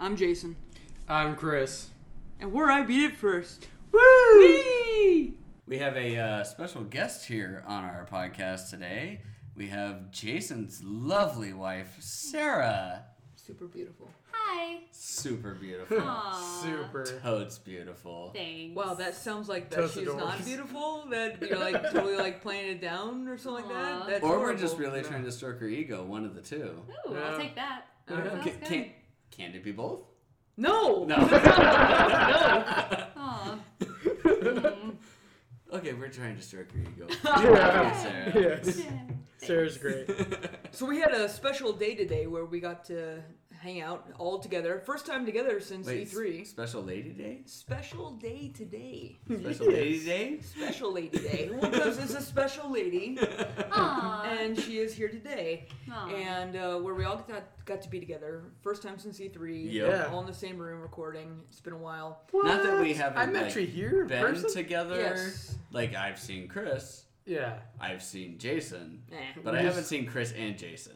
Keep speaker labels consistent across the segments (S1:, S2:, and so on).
S1: I'm Jason,
S2: I'm Chris.
S1: and we're I Beat It First.
S2: Woo!
S3: We have a uh, special guest here on our podcast today. We have Jason's lovely wife, Sarah.
S1: Super beautiful.
S4: Hi.
S3: Super beautiful.
S4: Aw.
S2: Super.
S3: Toad's beautiful.
S4: Thanks.
S1: Wow, that sounds like that
S2: Toast the
S1: she's
S2: doors.
S1: not beautiful. That you're like totally like playing it down or something like
S4: Aw.
S1: that. That's
S3: Or we're
S1: horrible.
S3: just really trying to stroke her ego, one of the two.
S4: Ooh,
S2: Yeah.
S4: I'll take that.
S1: Yeah.
S4: That sounds
S3: Can,
S4: good.
S3: can, can it be both?
S1: No.
S3: No.
S4: Aw.
S3: okay, we're trying to stroke your ego.
S2: Yeah.
S3: Sarah.
S2: Yes. Sarah's great.
S1: So we had a special day today where we got to hang out all together. First time together since
S3: Wait,
S1: E3.
S3: s- Special Lady Day?
S1: Special day today.
S3: Special Lady Day?
S1: Special lady day. Well, because it's a special lady,
S4: Aw.
S1: and she is here today.
S4: Aw.
S1: and uh, where we all got got to be together, first time since E3.
S3: Yep.
S2: Yeah.
S1: All in the same room recording. It's been a while.
S3: Not that we
S2: What?
S3: haven't,
S2: I met
S3: like,
S2: you here in
S3: Been
S2: person.
S3: together.
S1: Yes.
S3: Like, I've seen Chris,
S2: yeah.
S3: I've seen Jason,
S1: Eh.
S3: but I
S2: Yes.
S3: haven't seen Chris and Jason.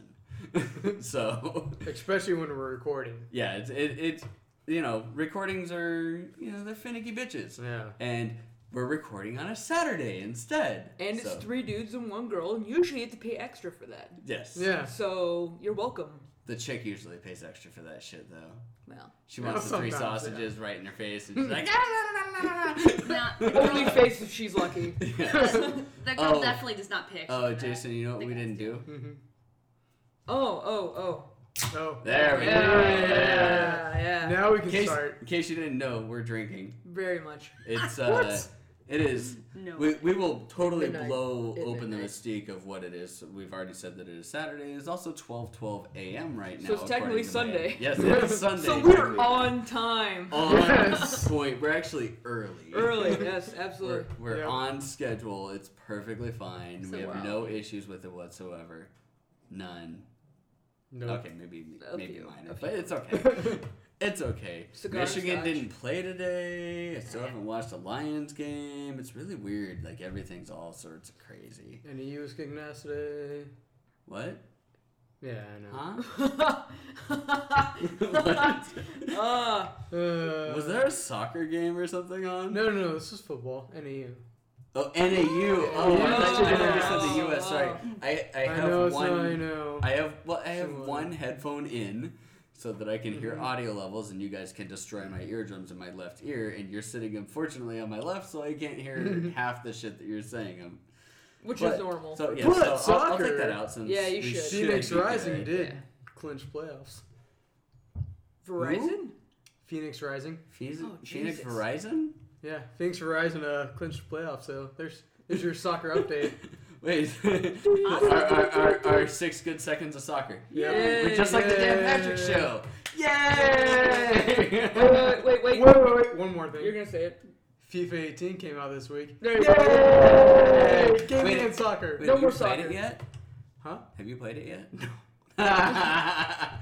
S3: so,
S2: Especially when we're recording.
S3: yeah, it's, it, it's, you know, recordings are, you know, they're finicky bitches.
S2: Yeah.
S3: And we're recording on a Saturday instead.
S1: And
S3: So,
S1: it's three dudes and one girl, and usually you have to pay extra for that.
S3: Yes.
S2: Yeah.
S1: So you're welcome.
S3: The chick usually pays extra for that shit, though.
S1: Well,
S3: She wants the three
S2: Sometimes, yeah.
S3: sausages right in her face, and she's like, "Ah!"
S4: Not-
S1: only face if she's lucky.
S4: that girl
S3: Oh.
S4: definitely does not pick.
S3: "Oh, Jason, you know what we didn't do?
S1: Oh, oh, oh.
S2: Mm-hmm. Oh.
S3: There we go.
S1: Yeah, yeah.
S2: Now we can
S3: In case,
S2: start.
S3: in case you didn't know, we're drinking.
S1: Very much.
S3: It's uh, it is.
S4: No.
S3: We, we will totally
S1: Midnight.
S3: blow
S1: At
S3: open the
S1: midnight.
S3: mystique of what it is. We've already said that it is Saturday. It's also twelve twelve a.m. right now.
S1: So it's
S3: according
S1: technically
S3: to my-
S1: Sunday.
S3: Yes, it's Sunday.
S1: So we're
S3: technically.
S1: on time.
S3: on
S2: Yes.
S3: point. We're actually early.
S1: Early, yes,
S3: We're,
S1: absolutely.
S3: we're
S2: Yeah.
S3: on schedule. It's perfectly fine.
S4: So
S3: we have
S4: we're
S3: no issues with it whatsoever. None.
S2: No.
S3: Okay, maybe
S1: A
S3: maybe
S1: few,
S3: minor,
S1: a
S3: but it's okay. it's okay.
S1: Cigar
S3: Michigan
S1: scotch.
S3: didn't play today. I still haven't watched a Lions game. It's really weird. Like everything's all sorts of crazy.
S2: And he was kicking ass today.
S3: What?
S2: Yeah, I know.
S3: Huh?
S1: uh,
S2: Uh,
S3: Was there a soccer game or something on?
S2: No, no, no. This is football. NAU.
S3: Oh, NAU. Oh, I thought you
S2: Yeah.
S3: said the U.S. Sorry, I I
S2: I
S3: have
S2: know, it's
S3: one.
S2: not, I know.
S3: I have well, I have
S2: Sure. Mm-hmm.
S3: one headphone in so that I can hear audio levels and you guys can destroy my eardrums in my left ear and you're sitting unfortunately on my left so I can't hear half the shit that you're saying. Um,
S1: which
S3: but-
S1: is normal.
S3: So yeah,
S2: But
S3: so I'll- I'll,
S2: soccer-
S3: take that out since
S1: Yeah,
S3: we
S1: you should.
S3: should
S2: Phoenix
S3: be good.
S2: Rising did
S1: Yeah.
S2: clinch playoffs.
S1: Verizon?
S2: Phoenix Rising.
S3: Phoenix,
S1: Oh,
S3: Phoenix
S1: Jesus.
S3: Verizon?
S2: Yeah, Phoenix Verizon uh, clinched playoffs. So there's there's your soccer update.
S3: Wait, our, our, our, our six good seconds of soccer.
S2: Yeah.
S3: We're just like the Dan Patrick
S2: Yay.
S3: show.
S1: Wait,
S3: Yay!
S1: wait, wait, wait.
S2: Wait, wait, wait. One more
S1: You're
S2: thing.
S1: gonna say it.
S2: FIFA 18 came out this week.
S1: There you go.
S2: Yay! Gaming
S3: Wait.
S2: and soccer.
S3: Wait,
S1: No
S3: have
S1: more
S3: you played
S1: soccer.
S3: it yet?
S2: Huh?
S3: Have you played it yet? No. I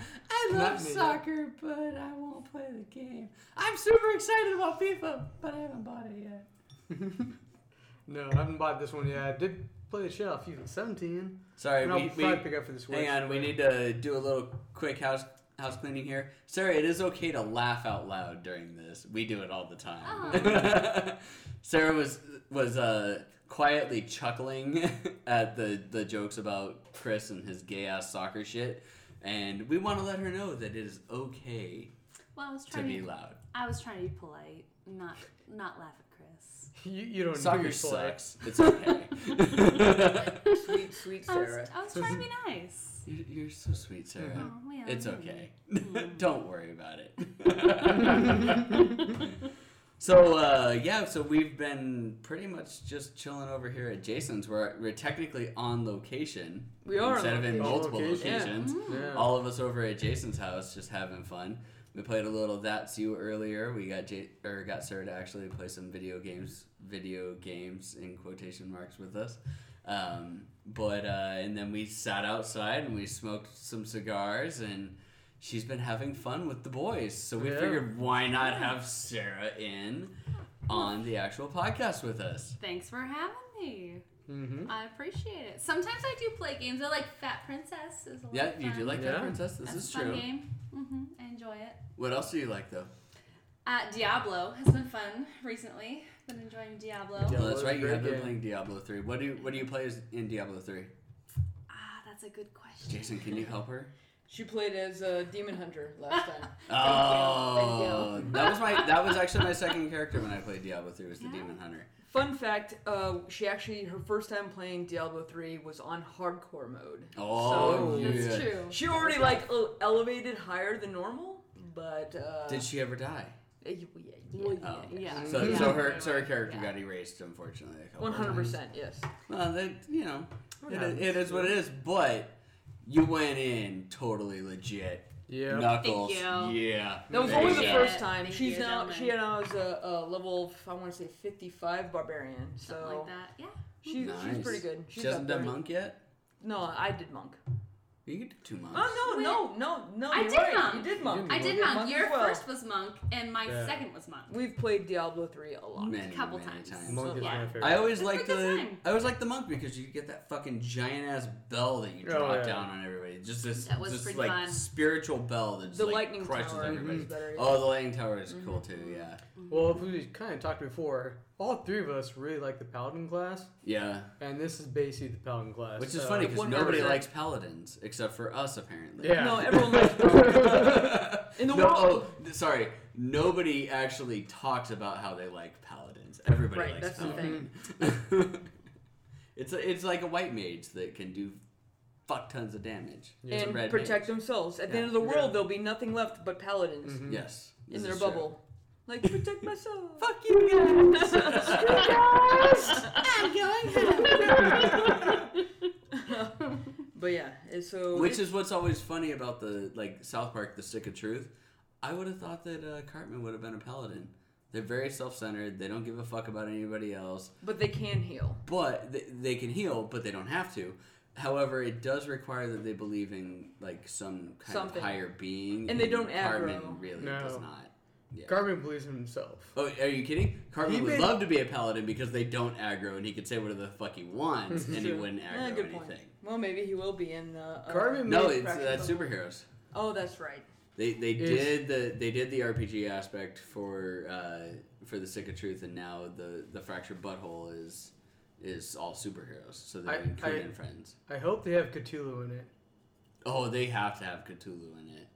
S2: Not
S3: love
S2: me.
S3: soccer, but I won't play the game. I'm super excited about FIFA, but I haven't bought it yet.
S2: No, I haven't bought this one yet. I did play the shit out of FIFA 17.
S3: Sorry,
S2: And I'll
S3: we, we,
S2: probably pick up for the Switch.
S3: hang on. We need to do a little quick house house cleaning here. Sarah, it is okay to laugh out loud during this. We do it all the time.
S4: Oh.
S3: Sarah was was uh, quietly chuckling at the the jokes about Chris and his gay ass soccer shit, and we want to let her know that it is okay
S4: Well, I was
S3: to
S4: trying to,
S3: be loud.
S4: I was trying to be polite, not not laugh at Chris.
S2: You, you don't know
S3: Soccer
S2: your play.
S3: sucks. It's okay.
S1: Sweet, sweet
S4: I was,
S1: Sarah.
S4: I was trying to be nice.
S3: you're, you're so sweet, Sarah.
S4: Oh, yeah,
S3: It's
S4: yeah.
S3: okay. Don't worry about it. so uh, yeah, so we've been pretty much just chilling over here at Jason's. We're we're technically on location.
S1: We are on
S3: instead of in
S1: location.
S3: multiple
S2: Location.
S1: Yeah.
S4: Mm.
S3: locations.
S2: Yeah.
S3: All of us over at Jason's house just having fun. We played a little That's You earlier. We got J- or got Sarah to actually play some video games, video games in quotation marks with us. Um, but uh, and then we sat outside and we smoked some cigars and she's been having fun with the boys. So we
S2: Yeah.
S3: figured why not have Sarah in on the actual podcast with us.
S4: Thanks for having me.
S2: Mm-hmm.
S4: I appreciate it. Sometimes I do play games. I like Fat Princess. Is a lot
S3: Yeah,
S4: of
S3: you
S4: fun.
S3: do like
S2: Yeah.
S3: that, princess. This
S4: That's
S3: is
S4: a fun
S3: true.
S4: game. hmm I enjoy it.
S3: What else do you like though?
S4: Uh, Diablo has been fun recently. Been enjoying Diablo.
S2: Yeah,
S3: oh, that's
S2: what a
S3: right. You
S2: great
S3: have been
S2: game.
S3: playing Diablo three. What do you, what do you play as in Diablo three?
S4: Ah, that's a good question.
S3: Jason, can you help her?
S1: She played as a demon hunter last time.
S3: Oh, that was my that was actually my second character when I played Diablo three was the
S4: Yeah.
S3: demon hunter.
S1: Fun fact: uh, She actually her first time playing Diablo three was on hardcore mode.
S3: Oh,
S1: So,
S3: yeah.
S4: That's true.
S1: She already like el- elevated higher than normal, but uh,
S3: Did she ever die?
S1: eh, Yeah,
S4: Well,
S1: yeah,
S3: Oh.
S4: yeah.
S3: So,
S4: yeah.
S3: so her so her character
S4: Yeah.
S3: got erased, unfortunately. a couple
S1: one
S3: of
S1: hundred
S3: times.
S1: percent. Yes.
S3: Well, that you know,
S2: What
S3: it,
S2: happens?
S3: it is what it is. But you went in totally legit,
S2: Yeah.
S3: Knuckles.
S4: Thank you.
S3: Yeah,
S1: That was
S3: There
S1: only
S3: you
S1: the
S3: go.
S4: Yeah.
S1: first time.
S4: Thank
S1: She's
S4: you,
S1: now she
S4: gentlemen.
S1: now is a, a level I want to say fifty five barbarian. So
S4: Something like that. Yeah.
S1: she's
S3: Nice.
S1: she's pretty good. She's
S3: She hasn't
S1: up
S3: done
S1: there.
S3: monk yet.
S1: No, I did monk.
S3: You could do two months.
S1: Oh
S4: Wait.
S1: no, no, no, no!
S4: I
S1: you're
S4: did
S1: right.
S4: monk.
S1: You did monk.
S2: You
S4: I
S2: did
S1: You
S4: did
S2: Well,
S4: monk.
S1: as
S4: Your
S1: well.
S4: first was monk, and my
S2: Yeah.
S4: second was monk.
S1: We've played Diablo three a lot.
S3: Many,
S4: Couple
S3: many
S4: times.
S2: Monk is
S1: Yeah.
S2: my favorite.
S3: I always
S4: It's
S3: like
S4: like a
S3: the
S4: time.
S3: I always like the monk because you get that fucking giant ass bell that you
S2: Oh,
S3: drop
S2: yeah.
S3: down on everybody. Just this,
S4: That was
S3: this,
S4: pretty
S3: like
S4: fun.
S3: spiritual bell that just
S1: The
S3: like,
S1: lightning
S3: crushes
S1: tower Mm-hmm.
S3: everybody.
S1: is better. yeah.
S3: Oh, the lightning tower is cool too. Yeah,
S2: Well, if we kind of talked before, all three of us really like the paladin class,
S3: yeah.
S2: and this is basically the paladin class.
S3: Which is
S2: so-
S3: funny because nobody
S1: 100%.
S3: likes paladins except for us apparently.
S2: Yeah.
S1: No, everyone likes monk. In the
S3: no,
S1: world-
S3: oh, th- sorry. Nobody actually talks about how they like paladins. Everybody
S1: Right,
S3: likes
S1: that's the
S3: paladins. it's a, it's like a white mage that can do fuck tons of damage.
S2: Yeah.
S3: It's a
S1: and
S3: red
S1: protect
S3: mage.
S1: themselves. At the
S3: Yeah.
S1: end of the world,
S2: Yeah.
S1: there'll be nothing left but paladins
S2: Mhm.
S3: Yes.
S1: in
S3: this
S1: their
S3: is true.
S1: bubble. Like protect myself.
S3: Fuck you guys.
S4: I'm going
S1: but yeah, and so
S3: Which is what's always funny about the like South Park, the Stick of Truth. I would have thought that uh, Cartman would have been a paladin. They're very self-centered. They don't give a fuck about anybody else.
S1: but they can heal.
S3: But they, they can heal, but they don't have to. However, it does require that they believe in like some kind
S1: Something.
S3: of higher being,
S1: And they don't
S3: Cartman
S1: aggro.
S3: really
S2: No.
S3: does not. Yeah.
S2: Garmin believes in himself.
S3: Oh, are you kidding? Cartman
S2: He
S3: would
S2: made-
S3: love to be a paladin because they don't aggro, and he could say whatever the fuck he wants, and he
S1: Sure.
S3: wouldn't
S1: Eh,
S3: aggro
S1: good
S3: anything.
S1: point. Well, maybe he will be in the. Uh,
S2: Carmen
S3: No,
S2: made
S3: it's
S1: Fraction
S3: that's
S1: Bubble.
S3: superheroes.
S1: Oh, that's right.
S3: They they
S2: Is-
S3: did the they did the RPG aspect for uh, for the Stick of Truth, and now the the fractured butthole is is all superheroes. So
S2: I-
S3: they're including
S2: I-
S3: friends.
S2: I hope they have Cthulhu in it,
S3: Oh, they have to have Cthulhu in it.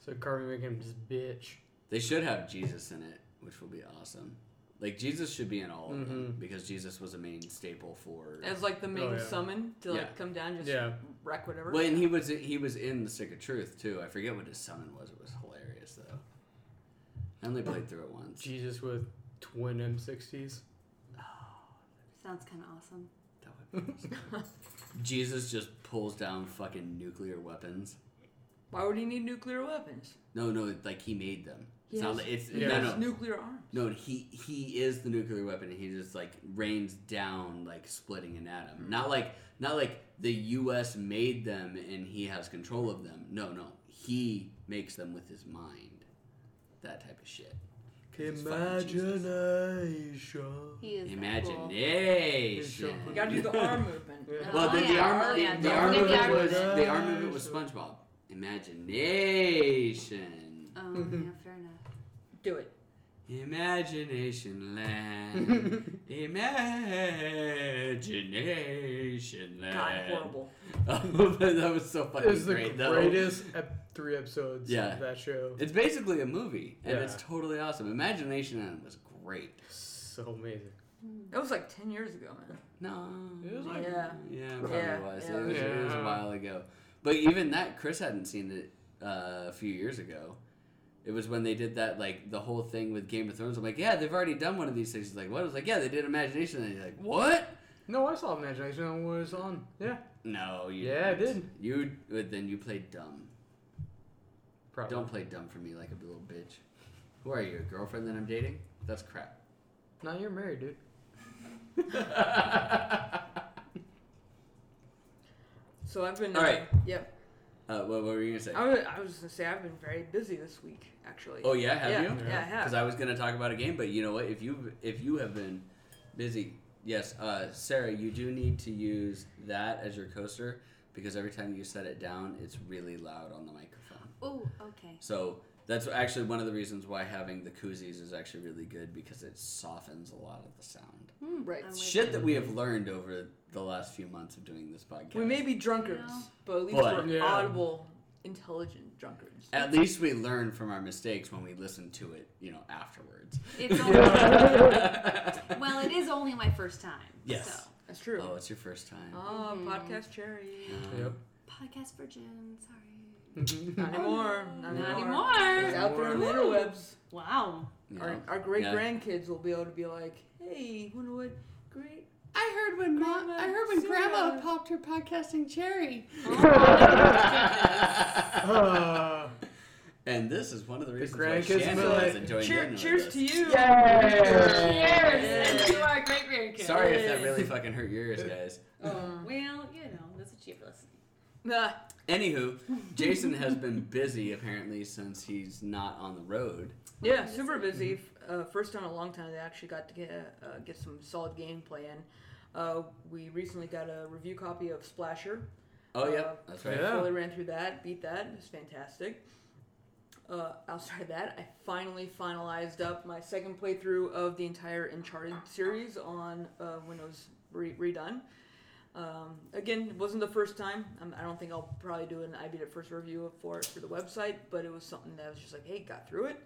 S2: so Carmen make him just bitch.
S3: They should have Jesus in it, which will be awesome. Like Jesus should be in all of them because Jesus was a main staple for.
S1: As Mm-hmm. like the main
S2: Oh, yeah.
S1: summon to like
S3: Yeah.
S1: come down, just
S2: Yeah.
S1: wreck whatever.
S3: well, and he was he was in the Stick of Truth too. I forget what his summon was. It was hilarious though. I only played through it once.
S2: Jesus with twin M60s.
S4: Sounds kind of awesome.
S3: Oh, That would be awesome. Jesus just pulls down fucking nuclear weapons.
S1: Why would he need nuclear weapons?
S3: No, no, like he made them. It's not
S1: Yes.
S3: like it's
S2: Yeah.
S3: no,
S1: It's
S3: no,
S1: nuclear arms.
S3: no. He he is the nuclear weapon, and he just like rains down like splitting an
S4: Mm-hmm.
S3: atom. Not like not like the U.S. made them and he has control of them. No, no, he makes them with his mind. That type of shit. It's fucking Jesus.
S2: Imagination.
S4: He is. that cool.
S3: Imagination.
S1: You gotta do the arm movement.
S2: Yeah.
S3: Well,
S4: Oh,
S3: the, the
S4: yeah.
S3: arm,
S4: Oh,
S3: the,
S4: yeah.
S3: the
S4: Don't
S3: arm
S4: forget the
S3: movement
S4: arm
S3: was
S2: movement.
S3: the arm movement was SpongeBob. Imagination,
S4: Oh, yeah, fair enough.
S1: Do it.
S3: imagination land, imagination
S1: God,
S3: land.
S1: horrible.
S3: that was so fucking
S2: It's the
S3: great, though.
S2: greatest ep- three episodes
S3: Yeah.
S2: of that show.
S3: It's basically a movie, and
S2: Yeah.
S3: it's totally awesome. Imagination land was great.
S2: So amazing.
S1: That was like ten years ago, man.
S3: No.
S2: It was
S1: like- Yeah.
S3: Yeah, it probably
S1: Yeah,
S3: was.
S1: yeah.
S3: It, was it was a
S2: Yeah.
S3: while ago. But even that, Chris hadn't seen it uh, a few years ago. It was when they did that, like, the whole thing with Game of Thrones. I'm like, yeah, they've already done one of these things. He's like, what? I was like, yeah, they did Imagination. And he's like, what?
S2: No, I saw Imagination when it was on. Yeah.
S3: No, you
S2: Yeah, I
S3: didn't. You, but then you played dumb.
S2: Probably.
S3: Don't play dumb for me like a little bitch. Who are you, a girlfriend that I'm dating? That's crap.
S2: No, you're married, dude.
S1: So I've been.
S3: All right.
S1: uh, Yep.
S3: Uh, what, what were you going to say?
S1: I was, I was gonna say I've been very busy this week, actually.
S3: Oh, yeah, have
S1: yeah,
S3: you?
S1: Yeah, I have.
S3: because I was going to talk about a game, but you know what? If you if you have been busy, yes, uh, Sarah, you do need to use that as your coaster because every time you set it down, it's really loud on the microphone.
S4: Oh, okay.
S3: So that's actually one of the reasons why having the koozies is actually really good because it softens a lot of the sound.
S1: Right.
S4: I'm with
S3: Shit
S4: you.
S3: that we have learned over the last few months of doing this podcast.
S1: We may be drunkards,
S4: No.
S1: but at least
S3: But-
S1: we're
S2: Yeah.
S1: audible, intelligent drunkards.
S3: At least we learn from our mistakes when we listen to it, you know, afterwards.
S4: It's only, well, it is only my first time.
S3: Yes.
S4: So.
S1: That's true.
S3: Oh, it's your first time. Um,
S1: Oh,
S4: Mhm.
S1: podcast cherry.
S2: Yep.
S4: Podcast virgin. Sorry.
S1: Not anymore. Not,
S4: Not
S1: anymore. It's
S4: anymore.
S1: out there on the
S4: Ooh.
S1: interwebs.
S4: Wow.
S1: Our,
S3: Yeah.
S1: our great
S3: Yeah.
S1: grandkids will be able to be like, hey, you know what? Great.
S3: I heard when
S1: Ma- I heard when Grandma
S3: Oh, popped her podcasting cherry.
S4: Oh,
S2: Uh,
S3: and this is one of the reasons why
S2: grandkids
S3: Shannon
S2: really-
S3: is enjoying
S1: Cheer-
S3: dinner
S1: cheers
S3: with
S1: to
S3: us.
S1: you.
S4: Cheers.
S1: Yeah.
S4: And to our great grandkids.
S3: Sorry if that really fucking hurt your ears, guys.
S4: Oh, well, you know, that's what you for listening.
S1: Nah,
S3: Anywho, Jason has been busy apparently since he's not on the road.
S1: yeah, super busy. F- Uh, first time in a long time they actually got to get, uh, get some solid gameplay in. Uh, we recently got a review copy of Splasher.
S3: Oh yeah,
S1: Uh,
S3: that's right.
S2: Yeah.
S1: Fully ran through that, beat that. It was fantastic. Uh, outside of that, I finally finalized up my second playthrough of the entire Uncharted series on uh, Windows re- redone. Um, again, it wasn't the first time. Um, I don't think I'll probably do an I beat it first review for it for the website, but it was something that I was just like, hey, got through it.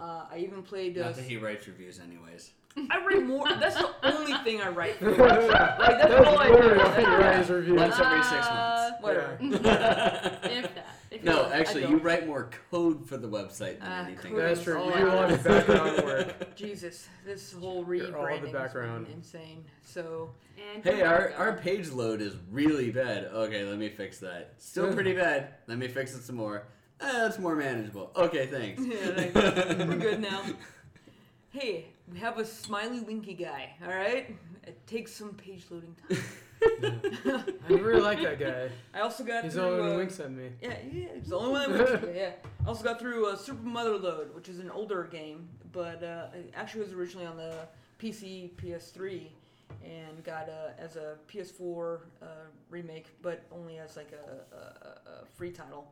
S1: Uh, I even played. Uh,
S3: Not that he writes reviews, anyways.
S1: I write more. That's the only thing I write. For the website. Like, that's all I
S2: Don't worry,
S1: do.
S2: I'll put your eyes review.
S3: Once every six months.
S1: Whatever.
S4: Uh, If that. If
S3: no,
S4: that.
S3: actually,
S1: don't.
S3: you write more code for the website than
S1: Ah,
S3: anything.
S1: code.
S2: That's
S3: else.
S2: true.
S1: Oh,
S2: You do a lot of background work.
S1: Jesus, this whole
S2: You're all the
S1: rebranding has
S2: background.
S1: been insane. So
S4: And
S3: Hey, our, our page load is really bad. Okay, let me fix that. Still pretty bad. Let me fix it some more. Ah, that's more manageable. Okay, thanks.
S1: Yeah, like, we're good now. Hey, we have a smiley winky guy. All right, it takes some page loading time.
S2: I really like that guy.
S1: I also got
S2: He's the
S1: through.
S2: only one who
S1: uh,
S2: winks at me.
S1: yeah, yeah, it's the only one. That winks at me, yeah, I also got through uh, Super Motherload, which is an older game, but uh, it actually was originally on the PC, PS3, and got uh, as a PS4 uh, remake, but only as like a, a, a- a free title.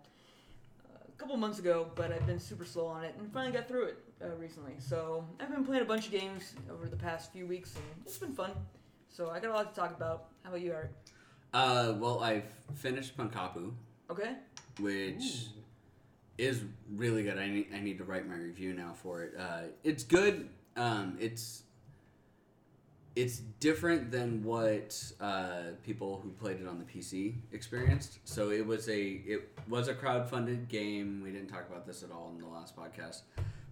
S1: Uh, a couple months ago, but I've been super slow on it and finally got through it uh, recently. So I've been playing a bunch of games over the past few weeks and it's been fun. So I got a lot to talk about. How about you, Eric?
S3: Uh, well, I've finished Punkapu,
S1: Okay.
S3: which is really good. I need, I need to write my review now for it. Uh, it's good. Um, it's it's different than what uh, people who played it on the PC experienced. So it was a it was a crowdfunded game. We didn't talk about this at all in the last podcast,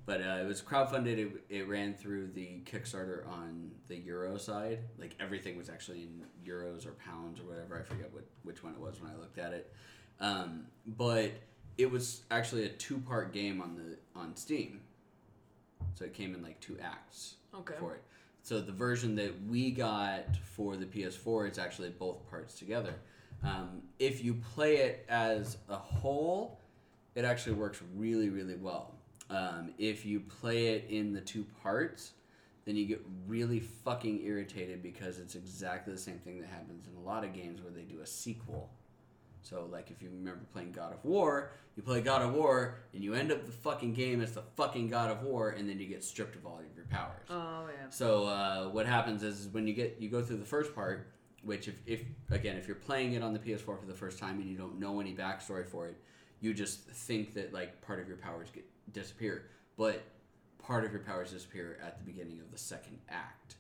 S3: but uh, it was crowdfunded. It, it ran through the Kickstarter on the euro side. Like everything was actually in euros or pounds or whatever. I forget what which one it was when I looked at it. Um, but it was actually a two part game on the on Steam. So it came in like two acts
S1: Okay.
S3: for it. So the version that we got for the PS4 is actually both parts together. Um, if you play it as a whole, it actually works really, really well. Um, if you play it in the two parts, then you get really fucking irritated because it's exactly the same thing that happens in a lot of games where they do a sequel. So, like, if you remember playing God of War, you play God of War and you end up the fucking game as the fucking God of War, and then you get stripped of all of your powers.
S1: Oh yeah.
S3: So uh, what happens is, is when you get you go through the first part, which if, if again if you're playing it on the PS4 for the first time and you don't know any backstory for it, you just think that like part of your powers get disappear, but part of your powers disappear at the beginning of the second act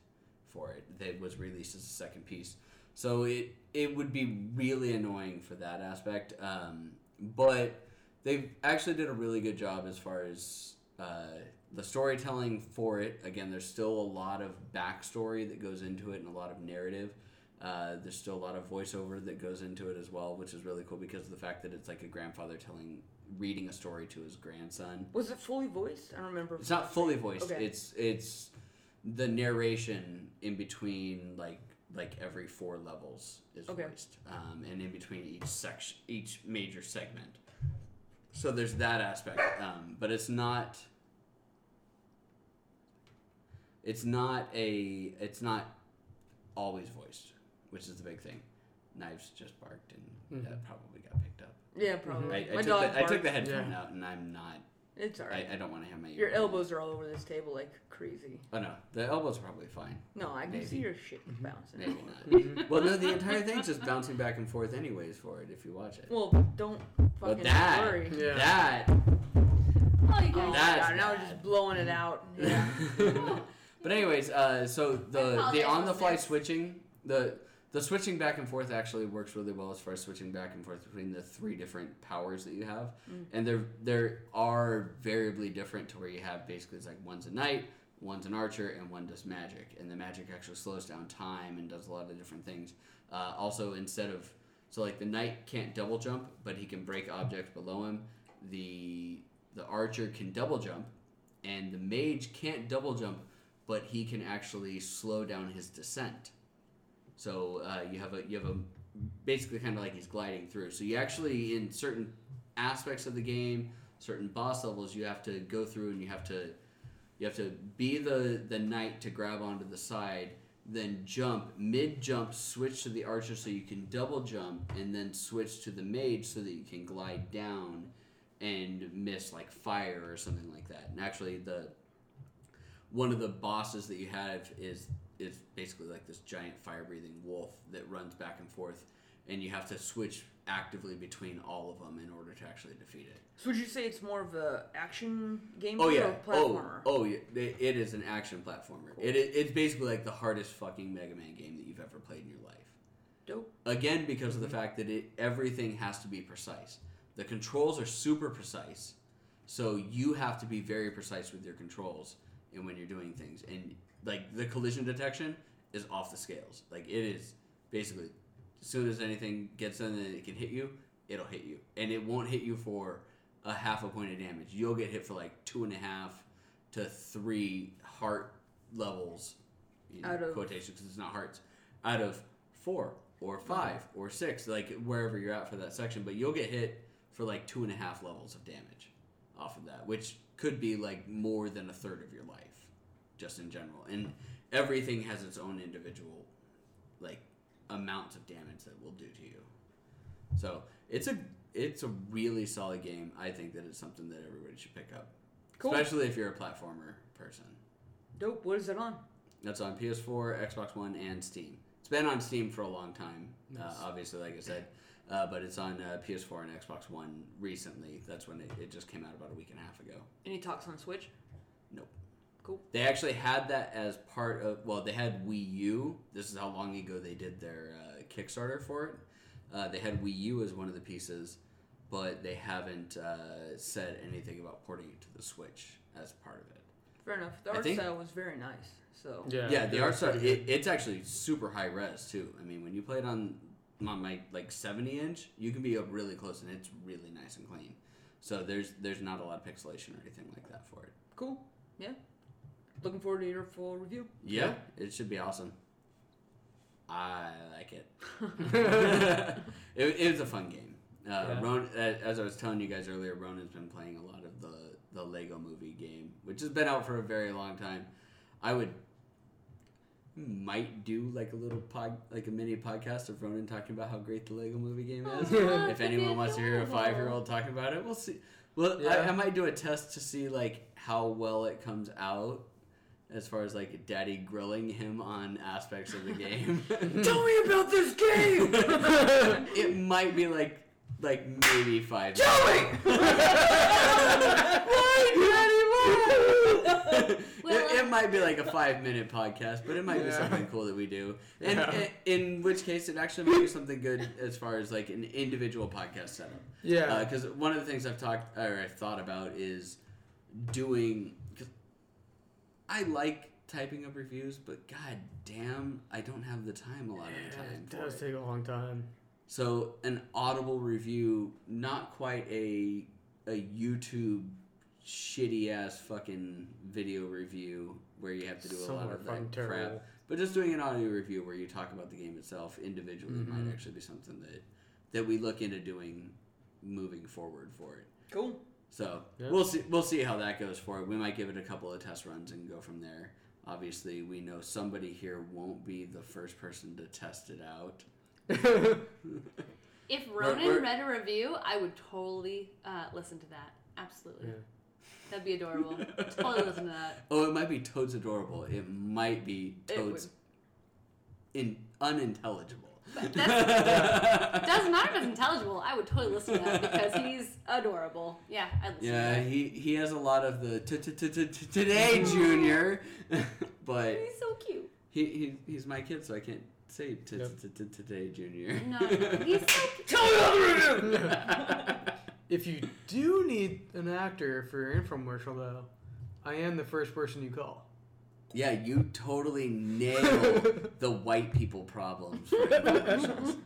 S3: for it that was released as a second piece. So it it would be really annoying for that aspect, um, but they actually did a really good job as far as uh, the storytelling for it. Again, there's still a lot of backstory that goes into it and a lot of narrative. Uh, there's still a lot of voiceover that goes into it as well, which is really cool because of the fact that it's like a grandfather telling, reading a story to his grandson.
S1: Was it fully voiced? I don't remember.
S3: It's not fully voiced.
S1: Okay.
S3: It's it's the narration in between like like every four levels is
S1: Okay.
S3: voiced, um, and in between each section, each major segment. So there's that aspect, um, but it's not. It's not a. It's not always voiced, which is the big thing. Knives just barked, and that probably got picked up.
S1: Yeah, probably.
S3: I, I,
S1: My
S3: took
S1: dog
S3: the, I took the
S1: barks.
S3: headphone
S2: Yeah.
S3: out, and I'm not.
S1: It's alright.
S3: I, I don't want to have my.
S1: Your
S3: earphone.
S1: elbows are all over this table like crazy.
S3: Oh no, the elbows are probably fine.
S1: No, I can
S3: Maybe.
S1: see your shit bouncing.
S3: Maybe
S1: all
S3: not.
S1: over.
S2: Mm-hmm.
S3: well, no, the entire thing's just bouncing back and forth, anyways, for it if you watch it.
S1: Well, don't
S3: Well,
S1: fucking
S3: that-
S1: worry.
S2: Yeah.
S3: That.
S4: Oh,
S1: Oh,
S4: you guys.
S3: That's
S1: God, now we're
S3: bad.
S1: just blowing it out. Yeah.
S3: but anyways, uh, so the
S4: apologize
S3: the on the
S4: for
S3: fly
S4: this.
S3: switching the the switching back and forth actually works really well as far as switching back and forth between the three different powers that you have,
S4: Mm.
S3: and there there are variably different to where you have basically it's like one's a knight, one's an archer, and one does magic, and the magic actually slows down time and does a lot of different things. Uh, also, instead of so like the knight can't double jump, but he can break objects below him. The the archer can double jump, and the mage can't double jump, but he can actually slow down his descent. So uh, you have a you have a basically kind of like he's gliding through. So you actually in certain aspects of the game, certain boss levels, you have to go through and you have to you have to be the the knight to grab onto the side, then jump mid jump, switch to the archer so you can double jump, and then switch to the mage so that you can glide down and miss like fire or something like that. And actually, the one of the bosses that you have is is basically like this giant fire breathing wolf that runs back and forth, and you have to switch actively between all of them in order to actually defeat it.
S1: So would you say it's more of a action game
S3: Oh
S1: or
S3: yeah,
S1: a
S3: oh
S1: platformer?
S3: oh yeah, They- it is an action platformer. It, it it's basically like the hardest fucking Mega Man game that you've ever played in your life.
S1: Dope.
S3: again because of the
S1: Mm-hmm.
S3: fact that it everything has to be precise. The controls are super precise, so you have to be very precise with your controls and when you're doing things. And like the collision detection is off the scales. Like it is basically as soon as anything gets in and it can hit you, it'll hit you, and it won't hit you for a half a point of damage. You'll get hit for like two and a half to three heart levels. You know,
S1: Out of-
S3: quotation because it's not hearts. Out of four or five or six, like wherever you're at for that section, but you'll get hit for like two and a half levels of damage off of that, which could be like more than a third of your life, just in general. And everything has its own individual, like amounts of damage that will do to you. So it's a it's a really solid game. I think that it's something that everybody should pick up,
S1: Cool.
S3: especially if you're a platformer person.
S1: Dope. What is it on?
S3: That's on PS4, Xbox One, and Steam. It's been on Steam for a long time, uh,
S2: Nice.
S3: obviously, like I said, uh, but it's on uh, PS4 and Xbox One recently. That's when it, it just came out about a week and a half ago.
S1: Any talks on Switch?
S3: They actually had that as part of, well, they had Wii U. This is how long ago they did their uh, Kickstarter for it. Uh, they had Wii U as one of the pieces, but they haven't uh, said anything about porting it to the Switch as part of it.
S1: Fair enough. The
S3: I
S1: art
S3: think-
S1: style was very nice. So
S2: Yeah.
S3: yeah, the
S2: it
S3: art
S2: was
S3: style
S2: pretty
S3: it, it's actually super high res too. I mean, when you play it on on my like seventy inch, you can be up really close and it's really nice and clean. So there's there's not a lot of pixelation or anything like that for it.
S1: cool. Yeah. Looking forward to your full review.
S3: Yeah, it should be awesome. I like it. it, it was a fun game. Uh,
S2: Yeah.
S3: Ron, a- as I was telling you guys earlier, Ronan's been playing a lot of the the Lego Movie game, which has been out for a very long time. I would might do like a little pod, like a mini podcast of Ronan talking about how great the Lego Movie game is.
S4: Aw,
S3: if
S4: that'd be
S3: anyone wants to hear a
S4: adorable.
S3: five year old talking about it, we'll see. Well, I,
S2: Yeah.
S3: I might do a test to see like how well it comes out as far as like daddy grilling him on aspects of the game.
S1: Tell me about this game.
S3: it might be like like maybe five. Joey! Why, Daddy? Why?
S4: Well,
S3: it, it might be like a five minute podcast, but it might be
S2: uh, Yeah.
S3: something cool that we do. And
S2: Yeah.
S3: i- in which case, it actually might be something good as far as like an individual podcast setup.
S2: Yeah.
S3: Because Uh, one of the things I've talked or I've thought about is doing. Cause I like typing up reviews, but god damn, I don't have the time a lot of the
S2: Yeah,
S3: time.
S2: it
S3: for
S2: does
S3: it.
S2: take a long time.
S3: So an audible review, not quite a a YouTube shitty ass fucking video review where you have to do a lot
S2: Somewhere
S3: of that
S2: fucking terrible.
S3: crap. But just doing an audio review where you talk about the game itself individually might
S2: Mhm.
S3: actually be something that that we look into doing moving forward for it.
S1: cool.
S3: So
S2: Yeah.
S3: we'll see. We'll see how that goes for it. We might give it a couple of test runs and go from there. Obviously, we know somebody here won't be the first person to test it out.
S4: If
S3: We're-
S4: Ronan
S3: we're-
S4: read a review, I would totally uh, listen to that. Absolutely.
S2: Yeah.
S4: That'd be adorable. totally listen to that.
S3: Oh, it might be Toad's adorable. It might be
S4: It would-
S3: Toad's in unintelligible.
S4: Doesn't matter if it's intelligible. I would totally listen to that because he's adorable. Yeah, I listen
S3: yeah,
S4: to that.
S3: he he has a lot of the t- t- t- t- t- today junior, but
S4: He's so cute.
S3: he, he he's my kid, so I can't say t-
S2: Yep.
S3: t- t- t- today junior.
S4: No, no, he's so cute.
S3: Tell me about the
S2: If you do need an actor for your infomercial, though, I am the first person you call.
S3: Yeah, you totally nailed the white people problems. for infomercials.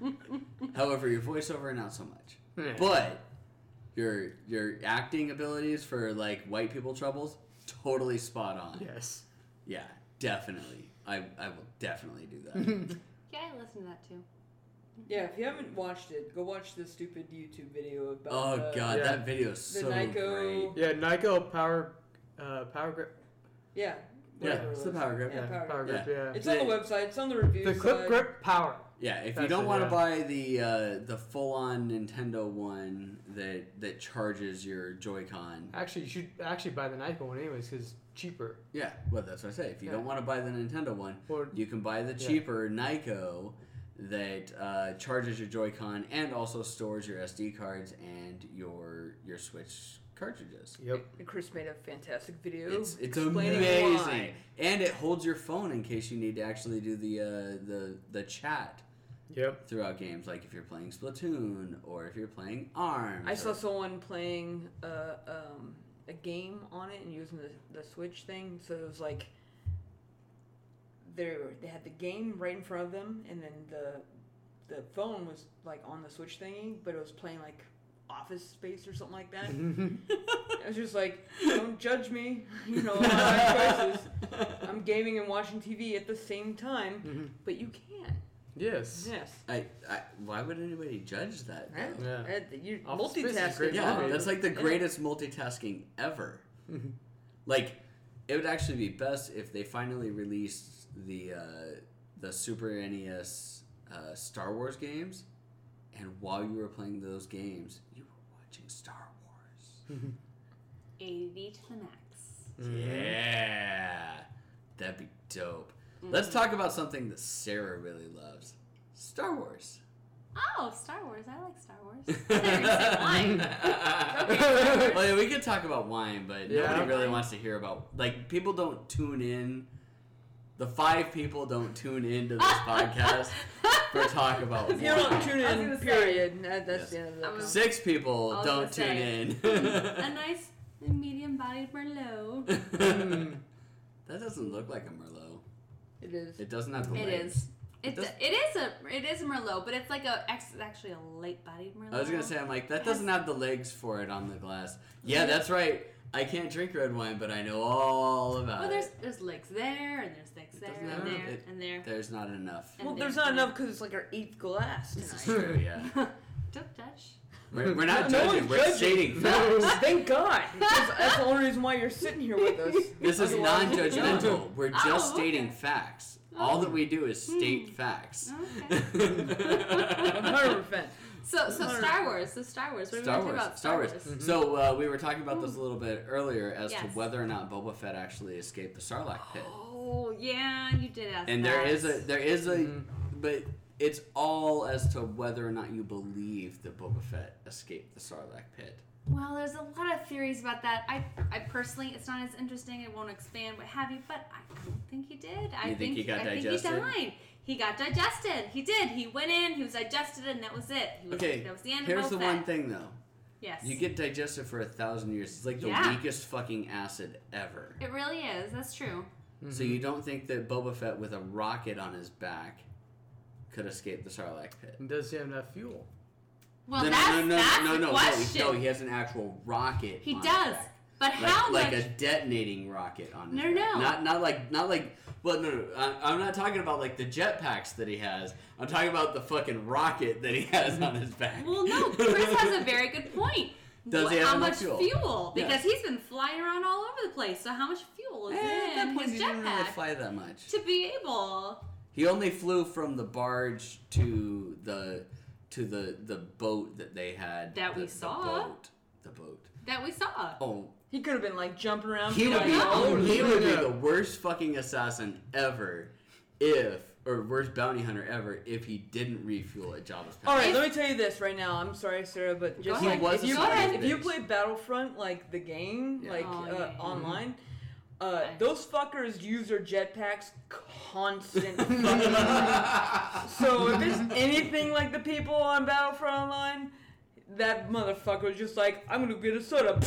S3: However, your voiceover not so much.
S2: Yeah.
S3: But your your acting abilities for like white people troubles totally spot on. Yeah,
S2: yes.
S3: definitely. I I will definitely do that.
S4: Yeah, I listen to that too.
S1: Yeah, if you haven't watched it, go watch the stupid YouTube video about.
S3: oh
S1: uh,
S3: god,
S2: Yeah.
S3: that video is
S1: The
S3: so
S1: Nyko-
S3: great.
S2: Yeah, Nyko Power, uh, Power Grip.
S1: Yeah.
S3: Yeah,
S1: whatever it
S3: it's the
S1: was.
S3: power grip.
S1: Yeah,
S2: Yeah,
S1: Power
S2: Power,
S3: Grip.
S2: Grip. Yeah.
S1: It's on the
S3: They-
S1: website. It's on the review
S2: The Clip
S1: side.
S2: Grip Power.
S3: Yeah, if you
S2: That's
S3: don't
S2: it,
S3: want to
S2: yeah.
S3: buy the uh, the full on Nintendo one that that charges your Joy-Con,
S2: Actually, you should actually buy the Nyko one anyways because it's cheaper.
S3: yeah, well that's what I say. If you
S2: Yeah.
S3: don't want to buy the Nintendo one,
S2: Or
S3: you can buy the
S2: Yeah.
S3: cheaper Nyko that uh, charges your Joy-Con and also stores your SD cards and your your Switch cartridges.
S2: yep.
S1: And Chris made a fantastic video.
S3: It's it's
S1: explaining
S3: amazing,
S1: why.
S3: and it holds your phone in case you need to actually do the uh, the the chat
S2: Yep.
S3: throughout games, like if you're playing Splatoon or if you're playing ARMS.
S1: I saw
S3: or-
S1: someone playing uh, um, a game on it and using the, the Switch thing. So it was like they were- they had the game right in front of them, and then the the phone was like on the Switch thingy, but it was playing like Office Space or something like that. I was just like, don't judge me, you know, on my choices. I'm gaming and watching TV at the same time,
S2: Mhm.
S1: but you can.
S2: Yes.
S1: Yes.
S3: I, I, why would anybody judge that?
S1: Yeah.
S3: though?
S2: Yeah.
S1: Uh, You're
S2: Office Space is
S1: multitasking.
S2: great
S3: Yeah,
S2: Yeah.
S3: that's like the
S1: Yeah.
S3: greatest multitasking ever.
S2: Mhm.
S3: Like, it would actually be best if they finally released the uh, the Super NES uh, Star Wars games, and while you were playing those games, you were watching Star Wars.
S4: 80 to the max.
S2: Mm-hmm.
S3: Yeah, that'd be dope. Let's talk about something that Sarah really loves: Star Wars.
S4: Oh, Star Wars. I like Star Wars. I thought you were gonna say wine.
S3: well, yeah, we could talk about wine, but
S2: Yeah.
S3: nobody really wants to hear about. Like, people don't tune in. The five people don't tune into this podcast for talk about
S1: If you don't
S3: wine.
S1: tune
S4: I was
S1: in,
S4: gonna say.
S1: period, that, that's
S3: Yes.
S1: the end of the
S4: I was-
S3: Six
S4: I
S3: people
S4: was
S3: don't tune
S4: gonna
S3: in.
S4: A nice medium bodied Merlot.
S3: that doesn't look like a Merlot.
S1: It is.
S3: It doesn't have the
S4: It
S3: legs.
S4: is.
S3: It
S4: It's
S3: does-
S4: it is a it is a Merlot, but it's like a ex- it's actually a late bodied Merlot.
S3: I was gonna say, I'm like, that doesn't have the legs for it on the glass. Yeah, that's right. I can't drink red wine, but I know all about
S4: Well, there's
S3: it.
S4: there's legs there and there's legs
S3: uh, It doesn't
S4: there and
S3: have-
S4: there
S3: it-
S4: and there.
S3: There's not enough.
S1: Well,
S4: and
S1: there's
S4: there.
S1: not enough because it's like our eighth glass
S3: It's
S1: tonight.
S3: true, yeah.
S4: Don't judge.
S3: We're, we're not
S1: No
S3: judging.
S1: one's
S3: We're
S1: judging.
S3: stating facts.
S2: No.
S1: Thank God. Because that's the only reason why you're sitting here with us.
S3: This is
S1: Otherwise-
S3: non-judgmental. We're just
S4: Oh,
S3: stating
S4: okay.
S3: facts. All
S4: Oh.
S3: that we do is state
S4: Hmm.
S3: facts.
S4: Okay.
S1: I'm 100%.
S4: So so
S1: Alright.
S4: Star Wars. So Star Wars. What are we
S3: Star
S4: talking
S3: Wars.
S4: about?
S3: Star Wars.
S2: Mhm.
S3: So uh, we were talking about this a little bit earlier as to
S4: Yes.
S3: whether or not Boba Fett actually escaped the Sarlacc pit.
S4: Oh yeah, you did ask.
S3: And there
S4: that.
S3: is a there is a
S2: Mhm.
S4: Mm-hmm.
S3: but it's all as to whether or not you believe that Boba Fett escaped the Sarlacc pit.
S4: Well, there's a lot of theories about that. I, I personally, it's not as interesting. It won't expand, what have you. But I don't think he did. I
S3: You think he got
S4: I
S3: digested?
S4: think he died. He got digested. He did. He went in. He was digested, and that was it. He was,
S3: Okay,
S4: That was the end
S3: Here's
S4: of
S3: the
S4: Boba
S3: one
S4: Fett.
S3: thing though.
S4: Yes.
S3: You get digested for a thousand years. It's like the
S4: Yeah.
S3: weakest fucking acid ever.
S4: it really is. That's true.
S2: mm-hmm.
S3: So you don't think that Boba Fett with a rocket on his back could escape the Sarlacc pit?
S2: And Does he have enough fuel?
S4: Well,
S3: no,
S4: that's
S3: no, no,
S4: that's
S3: no,
S4: the
S3: no, no,
S4: question.
S3: no, no. He has an actual rocket.
S4: He
S3: on his
S4: does.
S3: back.
S4: But
S3: Like,
S4: how
S3: like
S4: much?
S3: a detonating rocket on his
S4: No,
S3: back.
S4: no.
S3: Not not like not like. Well, no, no. I, I'm not talking about like the jetpacks that he has. I'm talking about the fucking rocket that he has on his back.
S4: well, no. Chris has a very good point.
S3: Does he
S4: Wh-
S3: have
S4: how
S3: enough
S4: much
S3: fuel?
S4: Because he's been flying around all over the place. So how much fuel is
S3: Eh, at
S4: in
S3: that point, he
S4: his
S3: didn't really
S4: jetpack
S3: fly that much.
S4: to be able?
S3: He only flew from the barge to the to the the boat that they had.
S4: That
S3: the,
S4: we
S3: the
S4: saw.
S3: boat. The boat.
S4: that we saw.
S3: Oh,
S1: He could have been like jumping around.
S3: he would be
S1: flying all over the
S3: he
S1: place.
S3: would be
S2: Yeah.
S3: the worst fucking assassin ever if or worst bounty hunter ever if he didn't refuel at Jabba's
S1: All right,
S3: palace.
S1: let me tell you this right now. I'm sorry, Sarah, but just
S4: He
S1: like
S3: was
S1: if
S3: a
S1: you,
S4: son of a
S1: play, if you
S3: bitch.
S1: play Battlefront, like the game,
S3: Yeah.
S1: like
S4: Oh,
S1: uh,
S4: yeah, yeah.
S1: online, uh,
S4: Right.
S1: those fuckers use their jetpacks constant. fucking time. so if there's anything like the people on Battlefront Online, that motherfucker was just like, I'm gonna get a soda.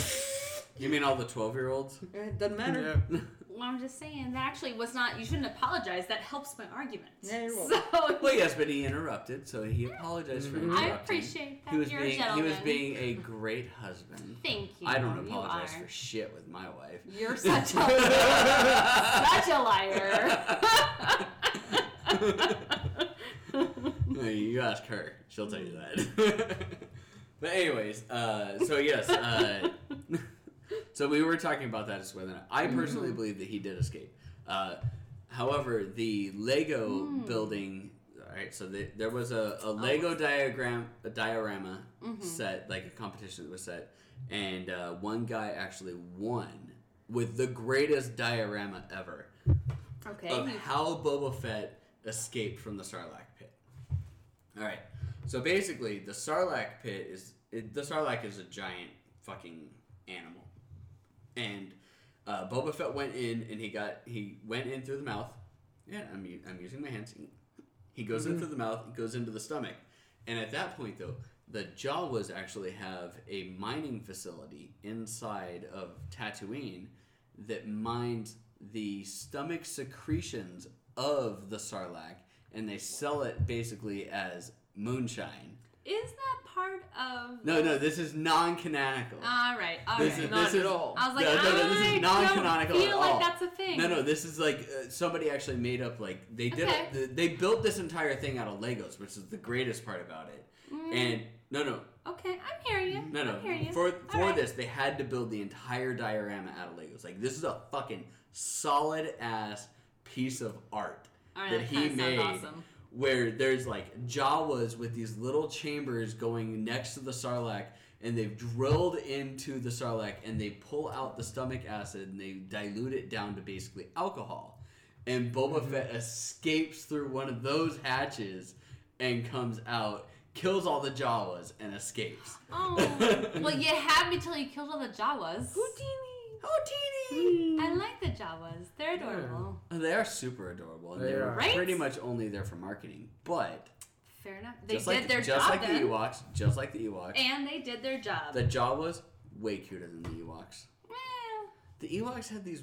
S3: You mean all the twelve year olds?
S1: it doesn't
S2: Yeah.
S1: matter.
S4: Well, I'm just saying that actually was not. You shouldn't apologize. That helps my argument.
S1: Yeah, you're
S4: so
S3: Well, yes, but he interrupted, so he apologized for
S2: Mhm. I
S3: interrupting.
S4: I appreciate that.
S3: He was
S4: you're a
S3: being he
S4: gentleman.
S3: was being a great husband.
S4: Thank you.
S3: I don't
S4: You
S3: apologize
S4: are.
S3: for shit with my wife.
S4: You're such a such a liar.
S3: No, you ask her; she'll tell you that. but anyways, uh, so yes, uh, so we were talking about that as whether or not I personally believe that he did escape. Uh, however, the Lego building. All right, so the, there was a, a Lego diagram, a diorama set, like a competition that was set, and uh, one guy actually won with the greatest diorama ever
S4: Okay.
S3: of
S4: you-
S3: how Boba Fett escaped from the Sarlacc pit. All right. So basically, the Sarlacc pit is it, the Sarlacc is a giant fucking animal, and uh, Boba Fett went in and he got he went in through the mouth. Yeah, I'm u- I'm using my hands. He goes
S1: Mm-hmm.
S3: in through the mouth. He goes into the stomach, and at that point though. The Jawas actually have a mining facility inside of Tatooine that mines the stomach secretions of the sarlacc and they sell it basically as moonshine.
S4: Is that part of?
S3: No, no, this is non-canonical.
S4: All right. All right.
S3: this is,
S1: Ah, Not
S3: this
S1: at
S3: is-
S1: all.
S4: I was like,
S3: no, no, no, this
S4: I
S3: is non-canonical
S4: don't feel
S3: at
S4: like
S3: all.
S4: that's a thing.
S3: No, no, this is like uh, somebody actually made up like they did.
S4: Okay.
S3: th- they built this entire thing out of Legos, which is the greatest part about it.
S1: Mm-hmm.
S3: And no, no,
S4: Mm, Okay, I'm hearing you.
S3: no, no.
S4: I'm hearing you.
S3: For
S4: All
S3: for
S4: right.
S3: this, they had to build the entire diorama out of Legos. Like this is a fucking solid ass piece of art
S4: All right,
S3: that
S4: that
S3: he
S4: kinda
S3: made.
S4: sounds awesome.
S3: Where there's like Jawas with these little chambers going next to the Sarlacc, and they've drilled into the Sarlacc, and they pull out the stomach acid and they dilute it down to basically alcohol. And Boba Fett escapes through one of those hatches and comes out, kills all the Jawas, and escapes.
S4: Oh, well, you had me till you killed all the Jawas.
S3: Houdini! Oh,
S4: I like the Jawas. They're adorable.
S3: They are super adorable. And they
S2: They
S3: were
S2: are.
S4: Right?
S3: pretty much only there for marketing. But
S4: Fair enough. They
S3: just
S4: did
S3: like
S4: their
S3: just
S4: job
S3: like
S4: then,
S3: the Ewoks, just like the Ewoks,
S4: and they did their job.
S3: the Jawas way cuter than the Ewoks.
S4: Well,
S3: The Ewoks had these.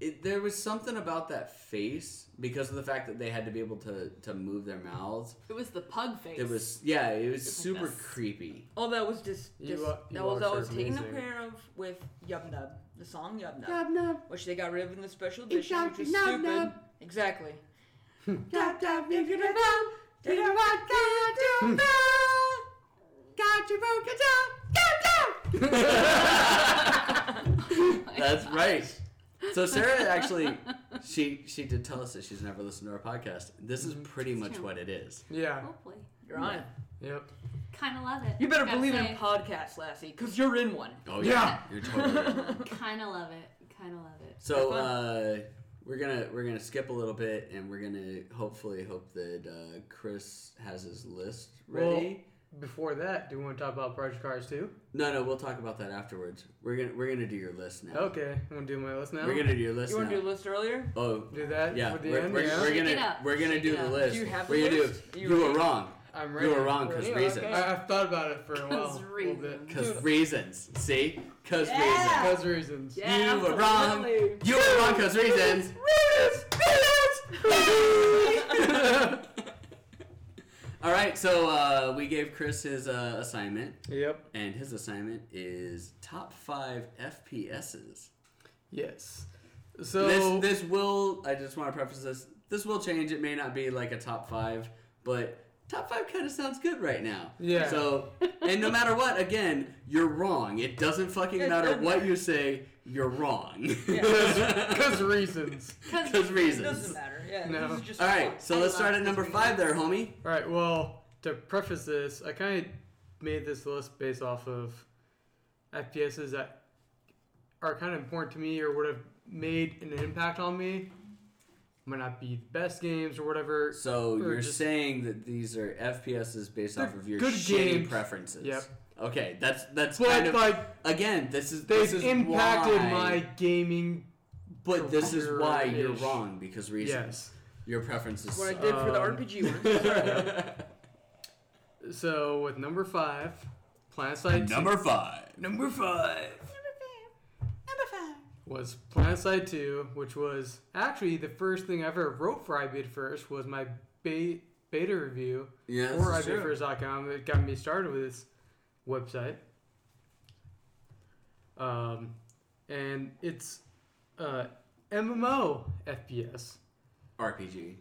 S3: It, there was something about that face because of the fact that they had to be able to to move their mouths.
S4: it was the pug face.
S3: It was yeah, it was
S4: It's like
S3: super
S4: this.
S3: creepy.
S1: All that was just,
S2: You
S1: just
S2: are-
S1: that
S2: you
S1: was
S2: are
S1: that was
S2: sure
S1: taken
S2: amazing.
S1: care of with Yub Nub, the song Yub Nub.
S3: nub,
S1: which they got rid of in the special edition,
S3: Exactly,
S1: which is
S3: no,
S1: stupid.
S3: no.
S1: Exactly.
S3: dub, dub, if you're the dub, do the what, do the dub. Got your boca dub, dub, That's right. So Sarah actually, she she did tell us that she's never listened to our podcast. This
S4: Mm-hmm.
S3: is pretty much
S4: true.
S3: what it is.
S2: Yeah.
S4: Hopefully,
S1: You're on it.
S2: Yep.
S4: kind of love it.
S1: You better
S4: Gotta
S1: believe in
S4: say,
S1: podcasts, Lassie, because you're in one.
S3: Oh
S2: yeah.
S3: you're totally. right.
S4: Kind of love it. Kind of love it.
S3: So
S1: Have
S3: uh, we're gonna we're gonna skip a little bit, and we're gonna hopefully hope that uh, Chris has his list ready.
S2: Before that, do we want to talk about Project Cars too?
S3: no, no, we'll talk about that afterwards. We're gonna we're gonna do your list now.
S2: Okay. I'm gonna do my list now.
S3: We're gonna do your list
S1: You want
S3: now.
S1: to do a list earlier?
S3: oh.
S2: do that
S3: Yeah,
S2: for the
S3: we're,
S2: end.
S3: we're,
S2: yeah?
S3: we're
S4: Shake it
S3: gonna
S4: up.
S3: we're gonna
S4: Shake
S3: do
S4: it
S3: the
S4: up.
S3: list.
S1: Do you have
S3: we're
S1: the
S3: gonna
S1: list?
S3: do.
S1: You
S3: You were
S1: ready?
S3: wrong.
S2: I'm ready.
S3: You were wrong because
S1: Yeah,
S3: reasons.
S1: okay.
S2: I, I've thought about it for a while.
S4: Cause
S2: a little
S4: reasons.
S2: bit.
S3: Because reasons. See? Because
S1: Yeah.
S2: Because reasons.
S4: Yeah.
S3: reasons. You were wrong.
S1: Absolutely.
S3: You were wrong because reasons. All right, so uh, we gave Chris his uh, assignment,
S2: Yep.
S3: and his assignment is top five FPSs.
S2: Yes. So
S3: this this will I just want to preface this. This will change. It may not be like a top five, but top five kind of sounds good right now.
S2: Yeah.
S3: So and no matter what, again, you're wrong. It doesn't fucking
S1: It
S3: matter
S1: doesn't
S3: what you say. You're wrong.
S2: because reasons.
S4: Because
S3: Because
S1: It
S3: reasons.
S1: doesn't matter. Yeah,
S2: No.
S1: this is just
S3: All
S1: fun.
S3: right, so
S4: I
S3: let's
S4: love
S3: start at
S4: these
S3: number five there, homie.
S2: All right. Well, to preface this, I kind of made this list based off of FPSs that are kind of important to me or would have made an impact on me. Might not be the best games or whatever.
S3: So
S2: Or
S3: you're
S2: just-
S3: saying that these are FPSs based off
S2: They're
S3: of your
S2: good
S3: shitty
S2: games.
S3: preferences.
S2: Yep.
S3: Okay, that's that's
S2: But
S3: kind of
S2: like
S3: again. This is this
S2: they've
S3: is
S2: impacted
S3: why,
S2: my gaming.
S3: But this is why you're
S2: career-ish.
S3: wrong because reasons.
S2: Yes.
S3: Your preferences.
S1: What I
S3: suck.
S1: did for the
S2: Um,
S1: RPG ones.
S2: So with number five, Planet Side
S3: Number five.
S2: number five was Planet Side 2, which was actually the first thing I ever wrote for IBid First was my ba- beta review
S3: Yeah,
S2: or
S3: this is true.
S2: IBidFirst.com. It got me started with this website. Um, and it's uh, MMO FPS,
S3: RPG.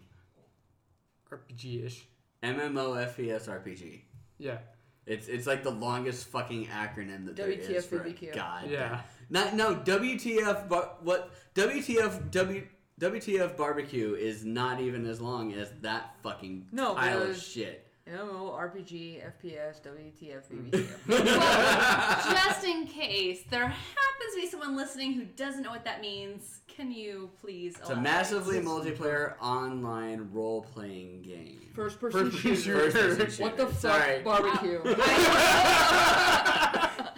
S2: RPG ish.
S3: MMO FPS RPG.
S2: Yeah,
S3: It's it's like the longest fucking acronym that there is for a
S1: WTF.
S3: god.
S2: Yeah.
S3: Not no WTF bar, what WTF W WTF barbecue is not even as long as that fucking
S1: No,
S3: pile of
S1: because-
S3: shit.
S1: MMO, RPG, FPS, WTF, BBTF.
S4: Well, just in case there happens to be someone listening who doesn't know what that means, can you please?
S3: It's a
S4: elaborate?
S3: massively multiplayer online role playing game.
S1: First person
S2: First
S1: shooter.
S2: shooter.
S3: First-person
S1: What the
S3: shooter.
S1: fuck?
S3: Sorry.
S1: Barbecue.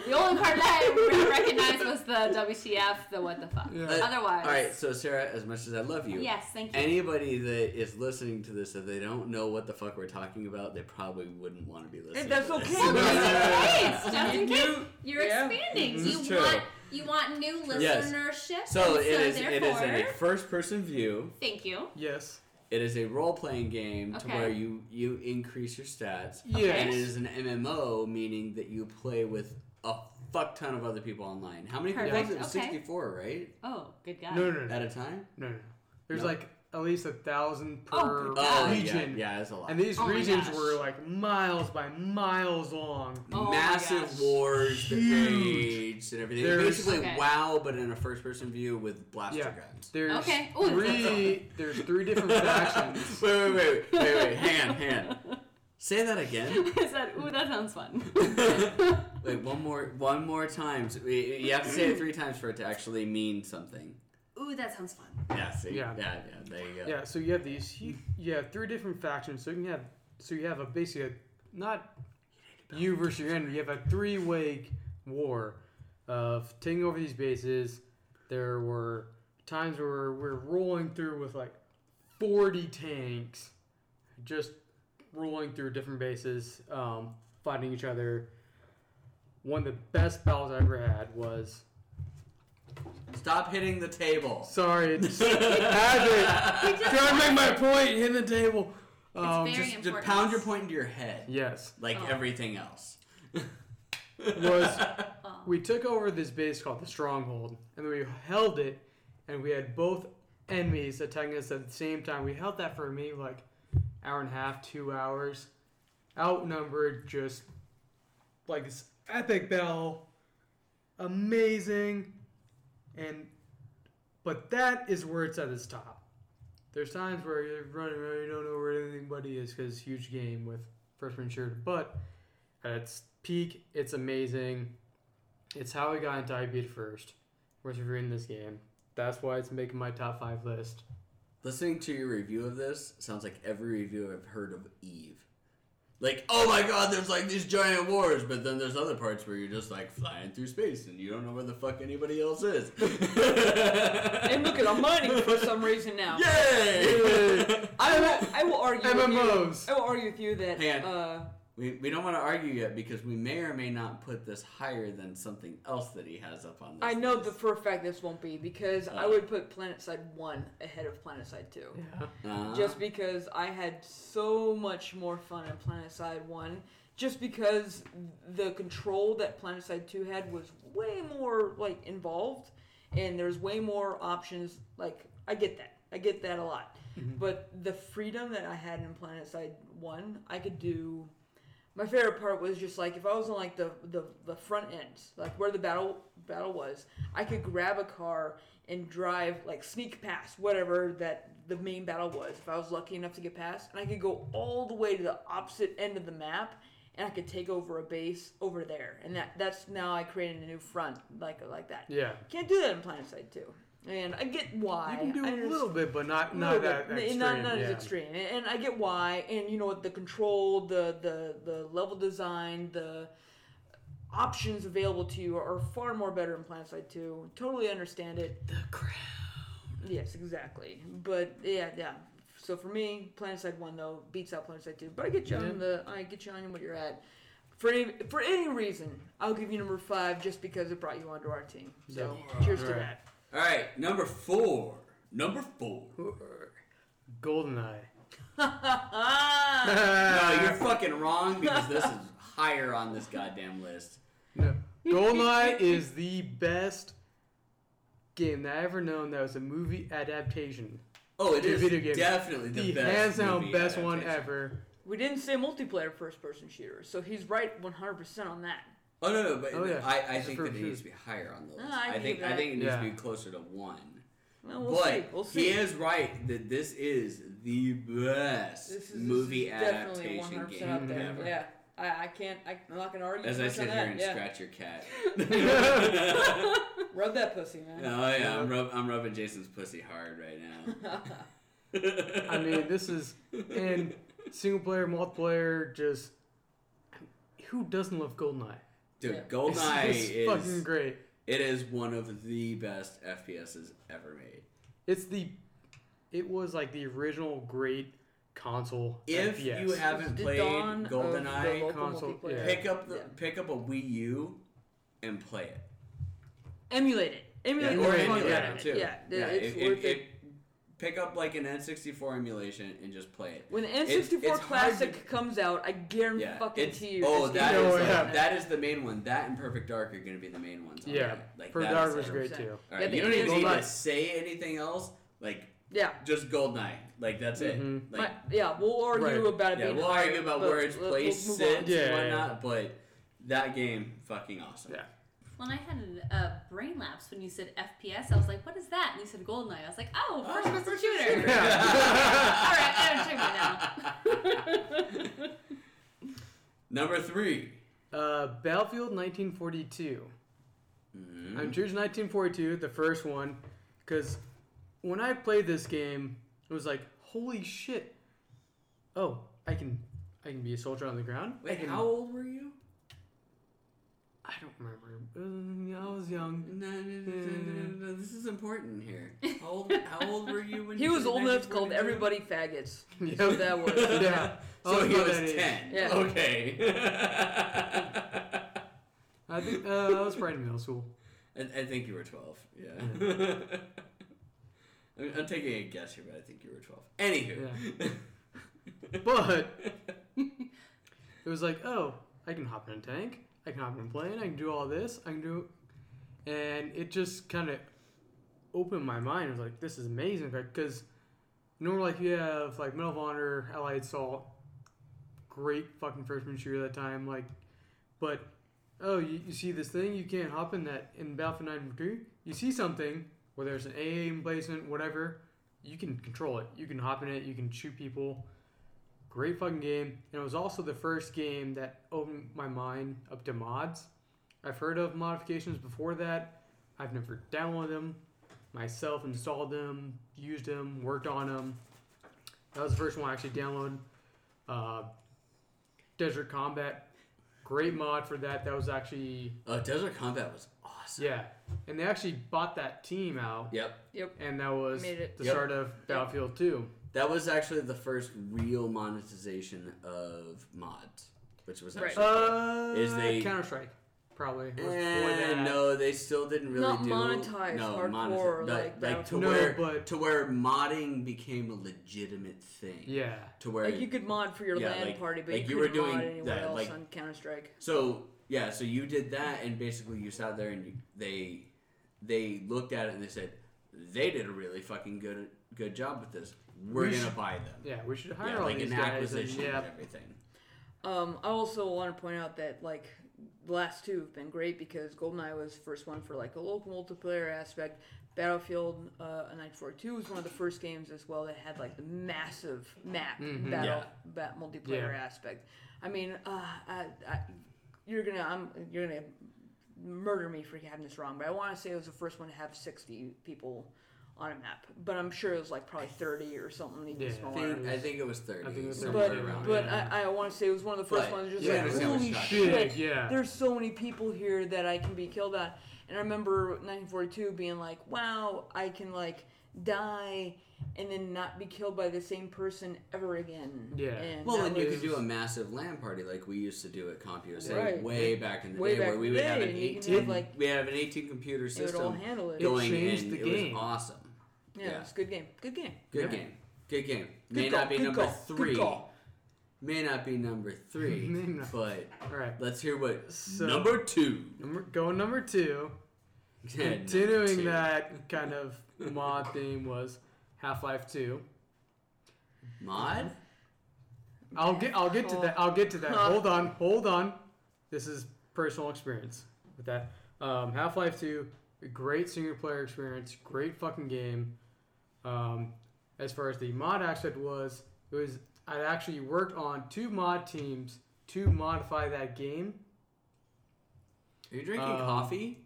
S4: The only part that I recognized was the WTF, the what the fuck.
S2: Yeah.
S3: Uh,
S4: Otherwise,
S3: All right, so Sarah, as much as I love you,
S4: yes, thank you.
S3: anybody that is listening to this, if they don't know what the fuck we're talking about, they probably wouldn't want to be listening.
S1: that's
S3: to this.
S1: okay.
S4: Well, just in case, just in
S1: You-
S4: case, you're
S1: yeah.
S4: expanding.
S3: This
S4: You
S3: is true.
S4: want you want new
S3: Yes.
S4: listenership.
S3: So it
S4: and
S3: is. It is
S4: therefore-
S3: in a first-person view.
S4: Thank you.
S2: yes.
S3: It is a role-playing game to
S4: Okay.
S3: where you you increase your stats.
S2: Yes.
S3: And it is an MMO, meaning that you play with a fuck ton of other people online. How many people?
S4: Perfect,
S3: is it?
S4: okay.
S3: Sixty-four, right?
S4: Oh, good guy.
S2: No, no, no, no,
S3: At a time.
S2: no. no. There's
S3: No.
S2: like at least a thousand
S4: Oh,
S2: per
S4: good God.
S2: region.
S3: yeah, yeah, that's a lot.
S2: And these
S4: Oh my
S2: regions
S4: gosh.
S2: were like miles by miles long.
S4: Oh my gosh.
S3: Massive wars that
S2: Huge.
S3: raged and everything.
S2: There's-
S3: Basically,
S4: Okay.
S3: WoW, but in a first-person view with blaster
S2: Yeah.
S3: guns.
S2: There's
S4: Okay. Ooh, that's-
S2: three. There's three different factions.
S3: wait, wait, wait, wait, wait, wait. Hang on, hang on. Say that again.
S4: I said, ooh, that sounds fun.
S3: Wait, one more, one more time. So we- You have to say it three times for it to actually mean something.
S4: ooh, that sounds fun.
S3: Yeah, see?
S2: Yeah.
S3: yeah, yeah, there you go.
S2: Yeah. So you have these. hu- You have three different factions. So you can have. So you have a basically a, not you versus your enemy. You have a three-way war of taking over these bases. There were times where we're rolling through with like 40 tanks, just rolling through different bases, um, fighting each other. One of the best battles I ever had was
S3: Stop hitting the table.
S2: Sorry, it's Patrick. Trying to make my point. Hit the table. Um,
S4: very-
S3: Just, just
S4: important.
S3: pound your point into your head,
S2: yes,
S3: like
S4: Oh.
S3: everything else.
S2: was
S4: Oh.
S2: we took over this base called the Stronghold, and then we held it, and we had both enemies attacking us at the same time. We held that for maybe like hour and a half, two hours, outnumbered, just like this epic battle, amazing, and but that is where it's at its top. There's times where you're running around, you don't know where anybody is because huge game with first person shooter, but at its peak, it's amazing. It's how I got into IB first. Was reviewing this game. That's why it's making my top five list.
S3: Listening to your review of this sounds like every review I've heard of Eve. Like, oh my god, there's like these giant wars, but then there's other parts where you're just like flying through space and you don't know where the fuck anybody else is.
S1: and look at I'm mining for some reason now.
S3: Yay!
S1: I will, I will argue With
S2: MMOs.
S1: you, I will argue with you that
S3: Hang on.
S1: uh,
S3: we, we don't want to argue yet because we may or may not put this higher than something else that he has up on this.
S1: I know that
S3: list.
S1: for a fact this won't be because I
S3: Oh.
S1: would put Planet Side 1 ahead of Planet Side 2.
S2: Yeah.
S3: Uh,
S1: Just because I had so much more fun at Planet Side 1. Just because the control that Planet Side 2 had was way more like involved and there's way more options like I get that. I get that a
S2: Mm-hmm.
S1: lot. But the freedom that I had in Planet Side 1, I could do my favorite part was just like if I was on like the, the, the front end, like where the battle battle was, I could grab a car and drive like sneak past whatever that the main battle was. If I was lucky enough to get past, and I could go all the way to the opposite end of the map, and I could take over a base over there. And that that's now I created a new front like like that.
S2: Yeah.
S1: Can't do that in PlanetSide too. And I get why.
S2: You can do
S1: I
S2: a
S1: understand-
S2: little bit, but not
S1: no,
S2: not that
S1: but n-
S2: extreme.
S1: Not, not
S2: yeah.
S1: as extreme. And, and I get why. And you know what? The control, the the the level design, the options available to you are far more better in PlanetSide 2. Totally understand it.
S3: The crap.
S1: Yes, exactly. But yeah, yeah. So for me, PlanetSide 1 though beats out PlanetSide 2. But I get you
S2: Yeah.
S1: on the I get you on what you're at. For any for any reason, I'll give you number five just because it brought you onto our team. So cheers to
S2: Alright.
S1: that.
S3: All right, number four. Number four.
S2: Goldeneye.
S1: Uh-uh.
S3: No, you're fucking wrong because this is higher on this goddamn list.
S2: No. Goldeneye is the best game that I ever known that was a movie adaptation.
S3: Oh, it
S2: The
S3: is
S2: video game.
S3: definitely the,
S2: The,
S3: best.
S2: hands down
S3: movie
S2: best one
S3: adaptation.
S2: ever.
S1: We didn't say multiplayer first person shooter, so he's right 100% on that.
S3: Oh no, no, but
S2: Oh, yeah.
S3: I, I think
S2: For
S3: that it
S2: sure.
S3: needs to be higher on the list.
S1: No, I
S3: I,
S1: can
S3: think
S1: give
S3: I
S1: that.
S3: think it needs to
S2: Yeah.
S3: be closer to one.
S1: Well, we'll
S3: but
S1: see. We'll see.
S3: he is right that this is the best
S1: this is,
S3: movie
S1: this is definitely
S3: adaptation
S1: 100%
S3: game
S1: up there.
S3: ever.
S1: Yeah. I, I can't, I, I'm not going to argue
S3: As I
S1: much on
S3: sit here
S1: that.
S3: and
S1: yeah.
S3: scratch your cat. oh
S1: Rub that pussy, man.
S3: yeah, I'm, rub- I'm rubbing Jason's pussy hard right now.
S2: I mean, this is and single player, multiplayer, just who doesn't love Goldeneye?
S3: dude,
S1: Yeah.
S3: Goldeneye
S2: it's just
S3: is
S2: fucking great.
S3: it is one of the best FPSs ever made.
S2: It's the it was like the original great console.
S3: If
S2: FPS.
S3: you haven't
S1: The
S3: played
S1: dawn of the
S3: GoldenEye,
S1: local
S2: console,
S1: multiplayer.
S2: yeah.
S3: pick up the,
S1: Yeah.
S3: pick up a Wii U and play it.
S1: Emulate it. Emulate
S2: Yeah,
S1: the
S2: or
S1: fuck
S2: emulate
S1: out
S2: it,
S1: of it.
S3: too.
S1: Yeah,
S3: Yeah,
S1: it's
S3: if-
S1: worth
S3: if-
S1: it.
S3: if- pick up like an N64 emulation and just play it.
S1: When the N64
S3: it's- it's hard
S1: Classic
S3: to-
S1: comes out, I guarantee
S3: Yeah,
S1: fucking
S3: it's
S1: to you.
S3: oh
S1: it's
S3: that
S1: gonna
S2: Oh,
S3: is
S1: be
S3: the-
S2: yeah.
S1: on
S3: that is the main one. That and Perfect Dark are going to be the main ones. on
S2: Yeah,
S3: that. like
S2: For
S3: that
S2: Dark
S3: is
S2: was
S3: it.
S2: great
S1: 100%.
S2: too.
S3: All
S1: Yeah,
S3: right,
S1: the
S3: you don't even need
S1: Goldeneye.
S3: to say anything else. Like
S1: Yeah.
S3: just Goldeneye. Like that's it.
S2: Mhm.
S3: Like
S1: My- yeah, we'll argue
S2: Right.
S1: about it
S3: yeah,
S1: being
S3: we'll
S1: higher,
S3: argue about
S1: but
S3: where it's
S1: we'll- we'll
S3: placed,
S1: move on.
S3: sits,
S2: Yeah,
S3: and
S2: yeah, yeah.
S3: whatnot, but that game fucking awesome.
S2: Yeah.
S4: When I had a brain lapse when you said FPS, I was like, "What is that?" And you said "Goldeneye." I was like, "Oh,
S3: Oh,
S4: first person
S3: first
S4: shooter."
S3: person
S4: All right,
S2: shooter.
S4: I have a now.
S3: Number 3
S2: Uh, Battlefield
S3: Mhm.
S2: 1942.
S1: Mm-hmm.
S2: I'm choosing 1942, the first one, because when I played this game, it was like, holy shit! Oh, I can, I can be a soldier on the ground. I
S3: Wait,
S2: can-
S3: how old were you?
S2: I don't remember. Mm, I was young.
S3: No, no, no, no, no,
S2: Mm.
S3: no, no, This is important here. How old, how old were you when
S1: He
S3: you
S1: was
S3: said
S1: old enough to call
S3: 1942?
S1: everybody faggots.
S2: Yep.
S1: So that was.
S2: Yeah. I
S3: So he
S2: about
S3: was
S2: that age.
S3: 10.
S1: Yeah.
S3: Okay.
S2: I think uh, I was probably in middle school.
S3: I, I think you were 12. Yeah. I'm, I'm taking a guess here, but I think you were 12. Anywho.
S2: But it was like, oh, I can hop in a tank, I can hop in a plane, I can do all this, I can do, and it just kind of opened my mind. It was like, this is amazing because normally, like, you have like Medal of Honor, Allied Assault, great fucking freshman shooter at that time, like, but oh, you, you see this thing, you can't hop in that in Battlefield 9 you see something, whether it's an AA emplacement, whatever. You can control it. You can hop in it. You can shoot people great fucking game and it was also the first game that opened my mind up to mods i've heard of modifications before that i've never downloaded them myself installed them used them worked on them that was the first one i actually downloaded uh, desert combat great mod for that that was actually
S3: oh, Desert Combat was awesome.
S2: yeah and they actually bought that team out
S3: Yep.
S2: and that was
S1: Made it.
S2: the
S3: Yep.
S2: start of battlefield 2
S3: That was actually the first real monetization of mods, which was
S1: Right.
S3: actually.
S2: uh,
S3: Is they-
S2: counter-strike probably was before
S3: Eh,
S2: that.
S3: no, they still didn't really
S1: Not
S3: do
S1: monetized
S3: no,
S1: hardcore,
S3: monetize-
S1: like
S3: like to
S1: Battlefield.
S2: No,
S3: where
S2: but-
S3: to where modding became a legitimate thing.
S2: yeah
S3: To where
S1: Like you could mod for your
S3: Yeah,
S1: land
S3: like-
S1: party, but
S3: like
S1: you,
S3: you were
S1: couldn't
S3: doing
S1: mod anywhere
S3: that,
S1: else
S3: like-
S1: on Counter Strike.
S3: So yeah, so you did that, and basically you sat there and you, they they looked at it and they said they did a really fucking good good job with this. We're
S2: We
S3: gonna
S2: should-
S3: buy them.
S2: Yeah, we should hire
S3: Yeah,
S2: all
S3: like
S2: these
S3: an
S2: guys.
S3: acquisition
S2: And,
S3: and
S2: yeah,
S3: everything.
S1: Um, I also want to point out that like the last two have been great because GoldenEye was the first one for like a local multiplayer aspect. Battlefield uh, 1942 was one of the first games as well that had like the massive map
S2: Mhm.
S1: battle
S3: Yeah.
S1: bat multiplayer
S2: Yeah.
S1: aspect. I mean, uh, I, I, you're gonna I'm you're gonna murder me for having this wrong, but I want to say it was the first one to have 60 people on a map, but I'm sure it was like probably 30 or something even
S2: Yeah.
S3: I
S1: smaller.
S3: think, I think it was 30.
S2: I think it was
S3: somewhere
S1: 30,
S3: around there.
S1: But
S2: Yeah.
S1: I, I want to say it was one of the first
S3: But,
S1: ones. Just
S3: yeah,
S2: it was
S1: like,
S2: how
S1: holy
S3: much
S1: shit,
S2: shit, yeah.
S1: there's so many people here that I can be killed at. And I remember 1942 being like, wow, I can like die and then not be killed by the same person ever again.
S2: Yeah.
S1: And
S3: Well,
S1: that
S3: and you
S1: was-
S3: could do a massive LAN party like we used to do at CompUSA
S1: Right.
S3: way back in the
S1: way
S3: day,
S1: back
S3: where we
S1: in the
S3: would have
S1: day,
S3: an
S1: and you can
S3: 18
S1: have, like-
S3: we have an 18 computer
S1: it would all
S3: system
S1: handle it.
S2: It
S3: going
S2: changed
S3: in.
S2: the
S3: it
S2: game.
S3: was awesome.
S1: yeah,
S3: yeah.
S1: it's a good game. Good game.
S3: Good
S2: Yeah.
S3: game. Good game.
S1: Good
S3: May
S1: call.
S3: not be
S1: good
S3: number
S1: call.
S3: three.
S1: Good call.
S3: May not be number
S2: May
S3: three,
S2: not.
S3: but
S2: All right.
S3: let's hear what
S2: So-
S3: number two.
S2: Number, going number two.
S3: Yeah, number
S2: Continuing
S3: two.
S2: that kind of mod theme was Half Life Two.
S3: mod.
S2: I'll get I'll get to that. I'll get to that.
S1: Huh.
S2: Hold on, hold on. This is personal experience with that. Um, Half Life Two, a great single player experience, great fucking game. Um, as far as the mod aspect was, it was I actually worked on two mod teams to modify that game.
S3: Are you drinking
S2: Um,
S3: coffee?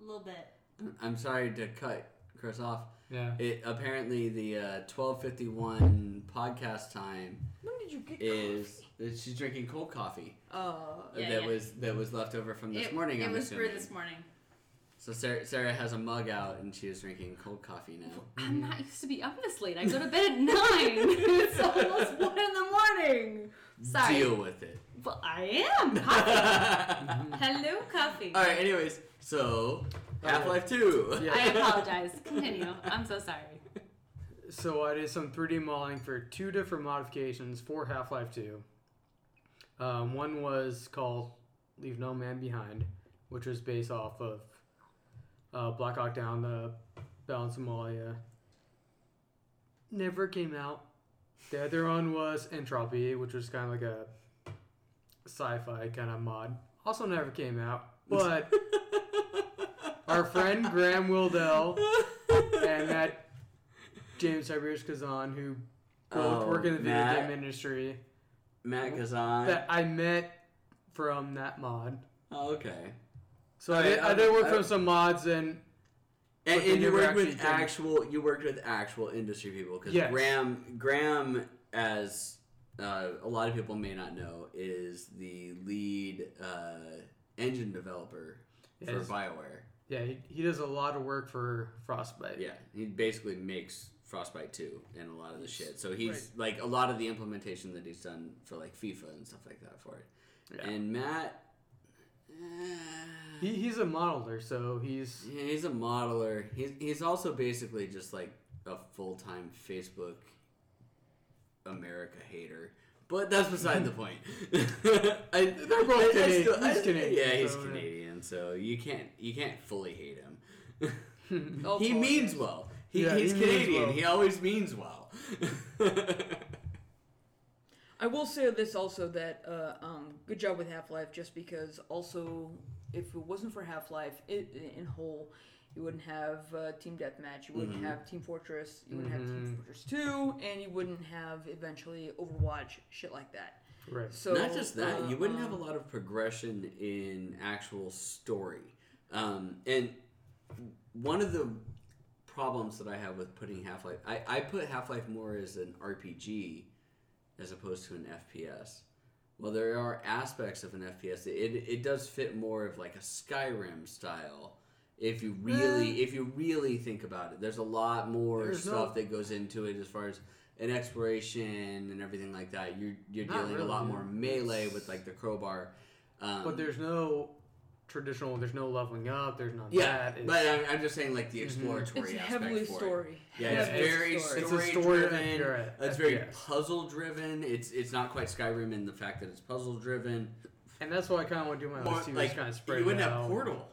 S4: A little bit.
S3: I'm sorry to cut Chris off.
S2: Yeah.
S3: It apparently the uh, 12:51 podcast time
S1: When did you get Uh,
S3: is that she's drinking cold coffee uh,
S1: coffee?
S4: Yeah,
S3: that
S4: yeah.
S3: was that was left over from this
S4: it,
S3: morning.
S4: It
S3: I'm
S4: was
S3: assuming.
S4: brewed this morning.
S3: So Sarah, Sarah has a mug out and she is drinking cold coffee now.
S4: I'm not used to be up this late. I go to bed at nine. it's almost one in the morning. Sorry.
S3: Deal with it.
S4: Well, I am. Coffee.
S2: Mm-hmm.
S3: All
S4: Hello, coffee.
S3: right. Anyways, so Half Life Two.
S2: Oh. Yeah.
S4: I apologize. Continue. I'm so sorry.
S2: So I did some 3D modeling for two different modifications for Half Life 2. Um, one was called Leave No Man Behind, which was based off of uh, Black Hawk Down, the Battle in Somalia. Never came out. The other one was Entropy, which was kind of like a sci fi kind of mod. Also never came out. But our friend Graham Wildell and that James Tiberius Kazan, who both
S3: Oh,
S2: work in the video
S3: Matt.
S2: game industry,
S3: Matt Kazan.
S2: that I met from that mod.
S3: oh, okay.
S2: So I
S3: Alright,
S2: did, I
S3: I-
S2: did work
S3: I-
S2: from some mods, and
S3: And,
S2: But they
S3: and you
S2: never
S3: worked with
S2: actually came-
S3: actual you worked with actual industry people because
S2: Yes.
S3: Graham Graham as uh, a lot of people may not know is the lead uh, engine developer for
S2: Yes.
S3: Bioware.
S2: yeah, he, he does a lot of work for Frostbite.
S3: Yeah, he basically makes Frostbite 2 and a lot of the shit. So he's like a lot of the implementation that he's done for like FIFA and stuff like that for it.
S2: Yeah.
S3: And Matt, eh,
S2: He, he's a modeler, so he's
S3: he's a modeler. He's he's also basically just like a full time Facebook America hater. But that's beside the point. I,
S2: They're both Canadian. He's Canadian,
S3: Yeah, he's
S2: so, uh, yeah.
S3: Canadian, so you can't you can't fully hate him.
S1: Oh,
S3: he
S1: apologize.
S3: means well. He,
S2: Yeah,
S3: he's
S2: he means
S3: Canadian.
S2: well.
S3: He always means well.
S1: I will say this also that uh, um, good job with Half Life, just because also if it wasn't for Half Life in whole, you wouldn't have uh, Team Deathmatch, you
S3: Mm-hmm.
S1: wouldn't have Team Fortress, you wouldn't have Team
S2: Mhm.
S1: Fortress Two, and you wouldn't have eventually Overwatch, shit like that.
S2: right.
S1: So
S3: Not just that,
S1: uh,
S3: you wouldn't have a
S1: um,
S3: lot of progression in actual story. Um, and one of the problems that I have with putting Half Life, I, I put Half Life more as an RPG as opposed to an FPS. Well, there are aspects of an FPS. It, it does fit more of like a Skyrim style. If you really if you really think about it, there's a lot more
S2: There's no-
S3: stuff that goes into it as far as an exploration and everything like that. You're you're
S2: Not
S3: dealing
S2: really,
S3: a lot
S2: yeah.
S3: more melee with like the crowbar. Um,
S2: But there's no traditional. There's no leveling up. There's not
S3: yeah,
S2: that. Mhm. It's-
S3: but I'm, I'm just saying like the exploratory
S1: it's
S3: aspect
S1: heavily
S3: for it.
S1: story.
S3: Yeah, it's
S2: Yeah, it's-
S3: very
S1: story.
S2: It's a
S3: story,
S2: story
S3: driven.
S2: driven
S3: It's very
S2: FPS.
S3: puzzle driven. It's it's not quite Skyrim in the fact that it's puzzle driven.
S2: and that's why I kind of want to do my
S3: More
S2: list too.
S3: like
S2: Like, kind of
S3: you
S2: spread
S3: wouldn't
S2: it
S3: have
S2: out.
S3: Portal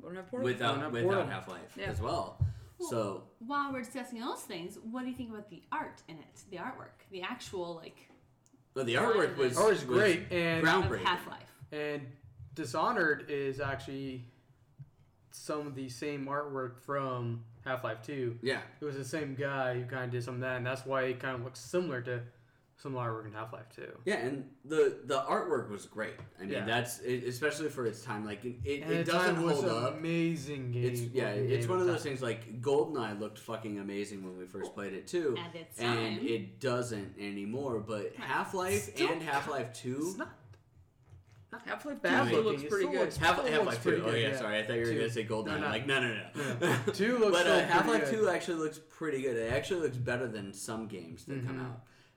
S1: Wouldn't have Portal.
S2: Wouldn't
S3: without
S2: have
S3: without
S2: Portal.
S3: Half Life
S1: Yeah.
S3: as well.
S4: Well,
S3: So
S4: While we're discussing those things, what do you think about the art in it? The artwork, the actual like
S3: But the artwork was
S2: Oh,
S3: was
S2: it's great. And
S4: of
S3: groundbreaking.
S4: Half Life.
S2: and Dishonored is actually some of the same artwork from Half Life Two.
S3: Yeah,
S2: It was the same guy who kind of did some of that, and that's why it kind of looks similar to some artwork in Half Life Two.
S3: yeah, and the the artwork was great. I mean,
S2: Yeah.
S3: that's it, especially for its time. Like it, it,
S2: And
S3: it
S2: at the
S3: doesn't
S2: time, was um,
S3: hold
S2: an
S3: up.
S2: Amazing game.
S3: It's yeah,
S2: fucking
S3: it's
S2: game
S3: one
S2: at
S3: of
S2: the
S3: those
S2: time.
S3: things like Goldeneye looked fucking amazing when we first played it too,
S4: At its
S3: and
S4: time.
S3: it doesn't anymore. But
S4: Right.
S3: Half Life
S4: Still-
S3: and Half Life Two,
S2: It's not
S1: Half Life
S2: bad
S1: Two
S3: looking.
S1: looks
S2: It
S1: pretty
S2: still
S1: good.
S2: looks-
S3: Half,
S2: Still
S3: Half
S2: looks
S3: Life Two.
S2: pretty
S3: Oh
S2: good,
S3: yeah,
S2: yeah.
S3: sorry, I thought you were
S2: Two.
S3: gonna say Goldeneye.
S2: No, no.
S3: Like no, no, no. no.
S2: Two looks
S3: but
S2: still
S3: uh,
S2: pretty
S3: Half Life
S2: good.
S3: Two actually looks pretty good. It actually looks better than some games that come
S2: Mhm.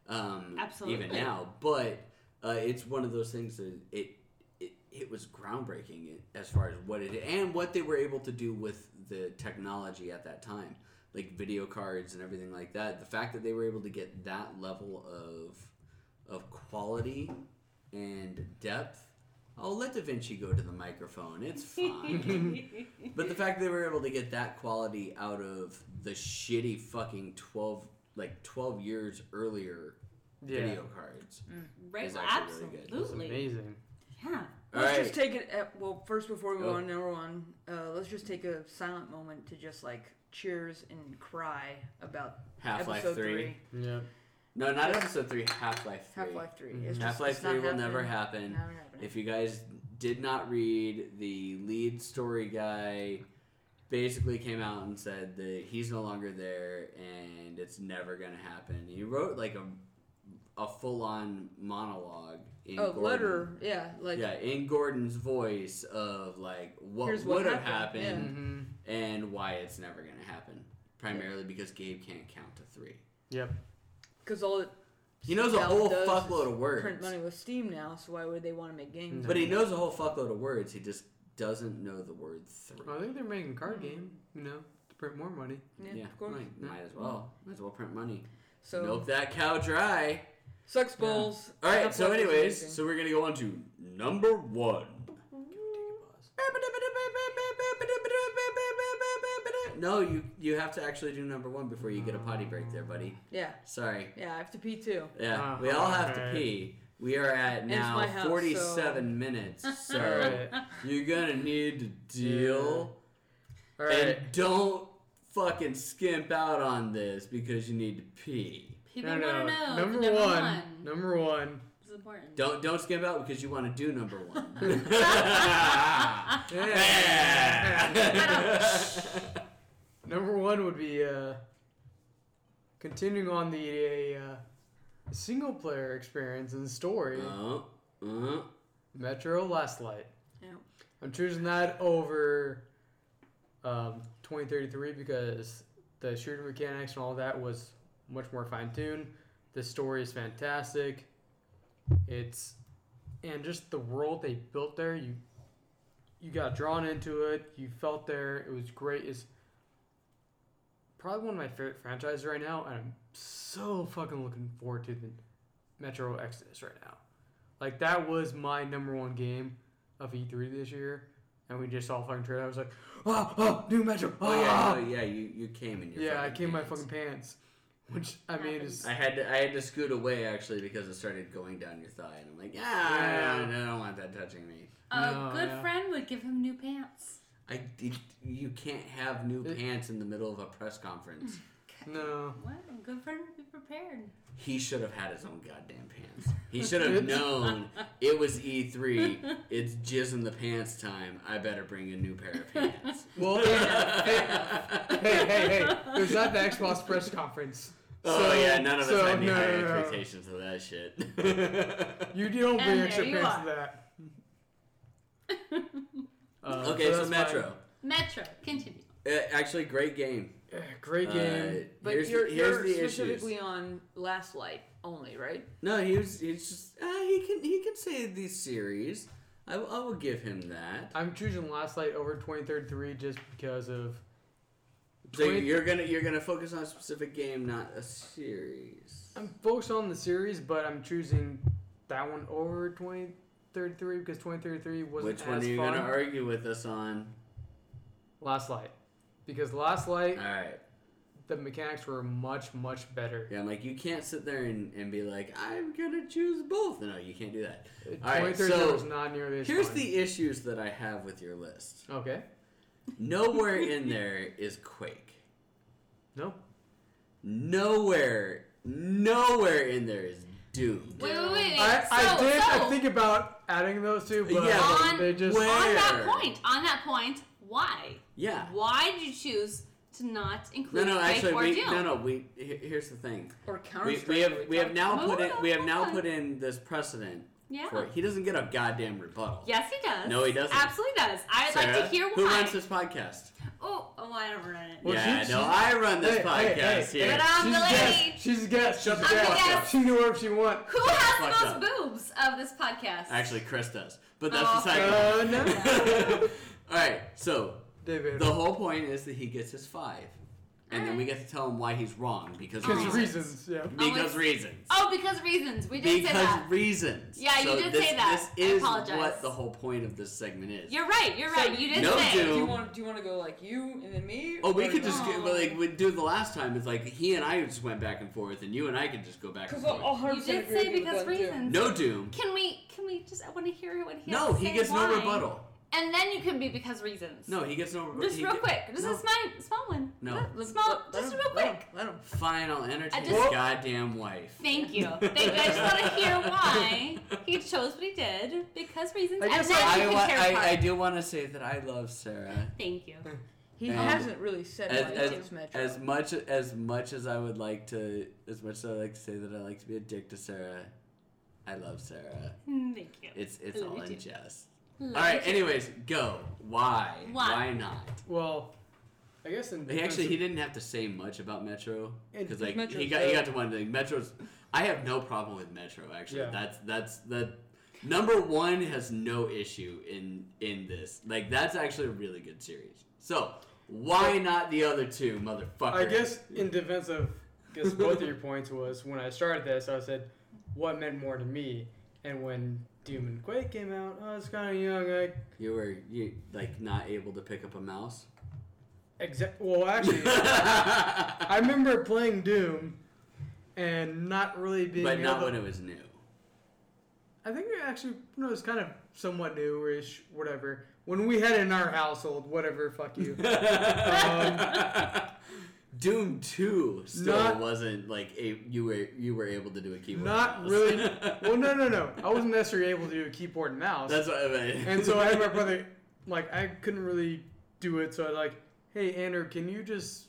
S3: out, um,
S4: Absolutely.
S3: even now. But uh, it's one of those things that it it, it was groundbreaking as far as what it and what they were able to do with the technology at that time, like video cards and everything like that. The fact that they were able to get that level of of quality and depth. I'll let Da Vinci go to the microphone. It's fine. But the fact they were able to get that quality out of the shitty fucking twelve like twelve years earlier
S2: yeah.
S3: video cards.
S4: right,
S3: It's actually really good.
S2: It's
S4: absolutely.
S2: amazing.
S4: yeah.
S3: All
S1: let's
S3: right. Oh.
S1: just take it. At, well, first before we go
S3: Go.
S1: on number one, uh, let's just take a silent moment to just like cheers and cry about
S3: Half Life
S1: episode
S3: three.
S1: three.
S2: Yeah.
S3: No, not episode three, Half Life three.
S1: Half Life Three. It's just-
S2: Mhm.
S3: Half Life
S1: it's not
S3: Mm-hmm. three will
S1: happening.
S3: never happen.
S1: Not happening.
S3: If you guys did not read the lead story guy basically came out and said that he's no longer there and it's never gonna happen. He wrote like a a full on monologue in
S1: a
S3: Gordon.
S1: letter, Oh, yeah, like
S3: yeah, in Gordon's voice of like what
S1: Here's what
S3: would have
S1: happened,
S3: happened,
S2: hmm
S3: and why it's never gonna happen. Primarily because Gabe can't count to three.
S2: Yep.
S1: because all it
S3: He knows a
S1: Valve
S3: whole
S1: does
S3: fuckload of
S1: is print
S3: words,
S1: money with Steam now, so why would they want to make games?
S3: but he knows a whole fuckload of words. He just doesn't know the word three.
S2: I think they're making a card game. You know, to print more money.
S1: yeah,
S3: yeah,
S1: of course.
S3: might, might as well. Might as well print money.
S1: So
S3: Milk that cow dry.
S1: sucks balls.
S3: All right.
S1: Half
S3: so,
S1: Life is
S3: anyways,
S1: amazing.
S3: so we're gonna go on to number one. No, you you have to actually do number one before you get a potty break, there, buddy.
S1: yeah,
S3: Sorry.
S1: yeah, I have to pee too.
S3: Yeah,
S2: Uh,
S3: we all have to
S2: alright.
S3: pee. We are at
S1: Oh, it's
S3: now
S1: my house,
S3: 47 minutes, so
S2: Alright.
S3: you're gonna need to deal.
S2: All right.
S3: And don't fucking skimp out on this because you need to pee.
S4: People want to know.
S2: Number,
S4: the number
S2: one,
S4: one.
S2: Number one.
S4: It's important.
S3: Don't don't skimp out because you want to do number one. Yeah.
S2: number one would be uh, continuing on the uh, single player experience and story.
S3: Uh, uh,
S2: Metro Last Light.
S1: Yeah.
S2: I'm choosing that over um, 2033 because the shooting mechanics and all that was much more fine tuned. The story is fantastic. It's and just the world they built there. You you got drawn into it. You felt there. It was great. It's probably one of my favorite franchises right now, and I'm so fucking looking forward to the Metro Exodus right now. Like that was my number one game of E3 this year, and we just saw a fucking trailer. I was like, oh, oh, new Metro.
S3: oh yeah,
S2: ah!"
S3: no, yeah. You you came in your.
S2: Yeah, I came in my
S3: pants.
S2: fucking pants, which I mean is
S3: I had to I had to scoot away actually because it started going down your thigh, and I'm like, ah,
S2: Yeah.
S3: I don't want that touching me.
S4: a
S2: No,
S4: good
S2: yeah.
S4: friend would give him new pants.
S3: I it, you can't have new
S2: It-
S3: pants in the middle of a press conference.
S2: no.
S4: What? A good friend would be prepared.
S3: He should have had his own goddamn pants. He should have known it was E3. It's jizz in the pants time. I better bring a new pair of pants.
S2: Well, hey, hey, hey, it was at the Xbox press conference.
S3: oh
S2: So-
S3: yeah, none of
S2: so,
S3: us had any
S2: no,
S3: high
S2: no, no.
S3: expectations of that shit.
S2: You don't bring
S4: And there
S2: extra
S4: you
S2: pants
S4: are.
S2: to that. Uh,
S3: okay, so,
S2: that's my-
S3: Metro.
S4: Metro, continue.
S3: Uh, actually, great game.
S2: Yeah, great game.
S3: Uh,
S1: But
S3: here's
S1: you're,
S3: the, here's
S1: you're
S3: the
S1: specifically
S3: issues.
S1: on Last Light only, right?
S3: No, he was. He's just. Uh, he can. He can say the series. I, will- I will give him that.
S2: I'm choosing Last Light over 2033 just because of.
S3: So
S2: 20
S3: you're gonna you're gonna focus on a specific game, not a series.
S2: I'm focused on the series, but I'm choosing that one over 2033 because 2033 wasn't
S3: Which one
S2: as
S3: are you
S2: fun.
S3: gonna argue with us on?
S2: Last Light, because Last Light
S3: All right.
S2: the mechanics were much much better.
S3: Yeah, I'm like, you can't sit there and, and be like, I'm gonna choose both. No, you can't do that.
S2: Uh,
S3: All right,
S2: 2039
S3: so
S2: was not nearly as
S3: Here's
S2: fun.
S3: the issues that I have with your list.
S2: okay.
S3: Nowhere in there is Quake.
S2: No,
S3: Nowhere, nowhere in there is Doom.
S4: Wait, wait, wait.
S2: I, I
S4: so,
S2: did.
S4: so,
S2: I think about adding those two, but um,
S3: Yeah,
S4: but
S2: they just
S3: when-
S4: on that
S3: Where?
S4: point, on that point, why?
S3: Yeah.
S4: Why did you choose to not
S3: No,
S4: include
S3: no,
S4: Quake
S3: actually,
S4: or
S3: we,
S4: Doom?
S3: no, no. We he- here's the thing.
S1: Or Counter
S3: We,
S1: Strike.
S3: we have we have now put in we have now
S4: Oh,
S3: put in this precedent
S4: Yeah.
S3: for it. He doesn't get a goddamn rebuttal.
S4: Yes, he does.
S3: No, he doesn't.
S4: Absolutely does. I'd like
S3: Sarah,
S4: to hear
S3: Who
S4: why.
S3: runs this podcast?
S4: Oh, oh, I don't run it.
S2: Well,
S3: yeah,
S2: she-
S3: no,
S2: she-
S3: I run this
S2: Hey, hey,
S3: podcast
S2: hey,
S3: here.
S4: But I'm
S2: she's
S4: the
S2: a guest.
S4: lady.
S2: She's a guest. She's
S3: Shut
S2: a
S3: the
S4: fuck up.
S2: guest. She knew wherever she went.
S4: Who has the
S3: Fucked
S4: most boobs of this podcast?
S3: Actually, Chris does, but that's
S4: Oh.
S3: beside the
S2: Uh, no,
S3: All right, so
S2: David.
S3: the whole point is that he gets his five, and then we get to tell him why he's wrong because
S2: Because
S4: Alright.
S2: reasons, yeah.
S3: Because reasons.
S4: Oh, because reasons. We did
S3: because
S4: say that.
S3: reasons.
S4: Yeah, you
S3: So
S4: did
S3: this,
S4: say that.
S3: This
S4: I
S3: is
S4: apologize.
S3: what the whole point of this segment is.
S4: You're right. You're right. You did
S3: No
S4: say.
S3: Doom.
S1: Do you want? Do you want to go like you and then me?
S3: Oh, we
S1: Or-
S3: could just
S4: Oh.
S3: get, but like we do the last time. It's like he and I just went back and forth, and you and I could just go back and
S1: Because
S3: forth.
S1: I'll
S4: You did say because reasons.
S3: No doom.
S4: Can we? Can we just? I want to hear what he. has
S3: No,
S4: to
S3: he
S4: say
S3: gets
S4: why.
S3: no rebuttal.
S4: And then you can be because reasons.
S3: No, he gets no rebuttal.
S4: Just
S3: He
S4: real
S3: get-
S4: quick. Just
S3: no.
S4: a small, small one.
S3: No.
S4: Let- Small. Just real quick.
S1: Let him.
S3: Fine, I'll entertain
S4: I
S3: his
S4: just-
S3: goddamn wife.
S4: Thank you. Thank you. I just want to hear why he chose what he did because reasons.
S2: I
S4: and
S2: guess
S4: then
S3: I,
S4: you
S3: wa-
S4: can tear
S3: I,
S4: apart.
S3: I do want to say that I love Sarah
S4: Thank you.
S1: He
S3: Um,
S1: hasn't really said
S3: as,
S1: why
S3: as-
S1: he loves Metro.
S3: as much as much as I would like to as much as I like to say that I like to be a dick to Sarah. I love Sarah.
S4: Thank you.
S3: It's it's
S4: I love
S3: all
S4: you
S3: in
S4: too.
S3: jest. All right. Anyways, go. Why?
S4: Why?
S3: not?
S2: Well, I guess in
S3: He actually he didn't have to say much about Metro
S2: And
S3: because like he
S1: Metro's
S3: got he
S1: dope.
S3: got to one thing. Metro's. I have no problem with Metro actually.
S2: Yeah.
S3: That's that's the number one has no issue in in this. Like that's actually a really good series. So why not the other two, motherfucker?
S2: I guess in defense of because both of your points was when I started this, I said what meant more to me, and when Doom and Quake came out, I was kind of young. Like,
S3: you were you like not able to pick up a mouse.
S2: exact. Well, actually, I remember playing Doom, and not really being.
S3: but not
S2: able-
S3: when it was new.
S2: I think it actually no, it was kind of somewhat newish, whatever. When we had it in our household, whatever, fuck you.
S3: Doom Two still
S2: Um, Not-
S3: wasn't like a you were you were able to do a keyboard.
S2: Not
S3: mouse.
S2: really- well, no, no, no. I wasn't necessarily able to do a keyboard and mouse,
S3: That's what I mean.
S2: and so I had my brother. Like I couldn't really do it, so I like, hey Andrew, can you just?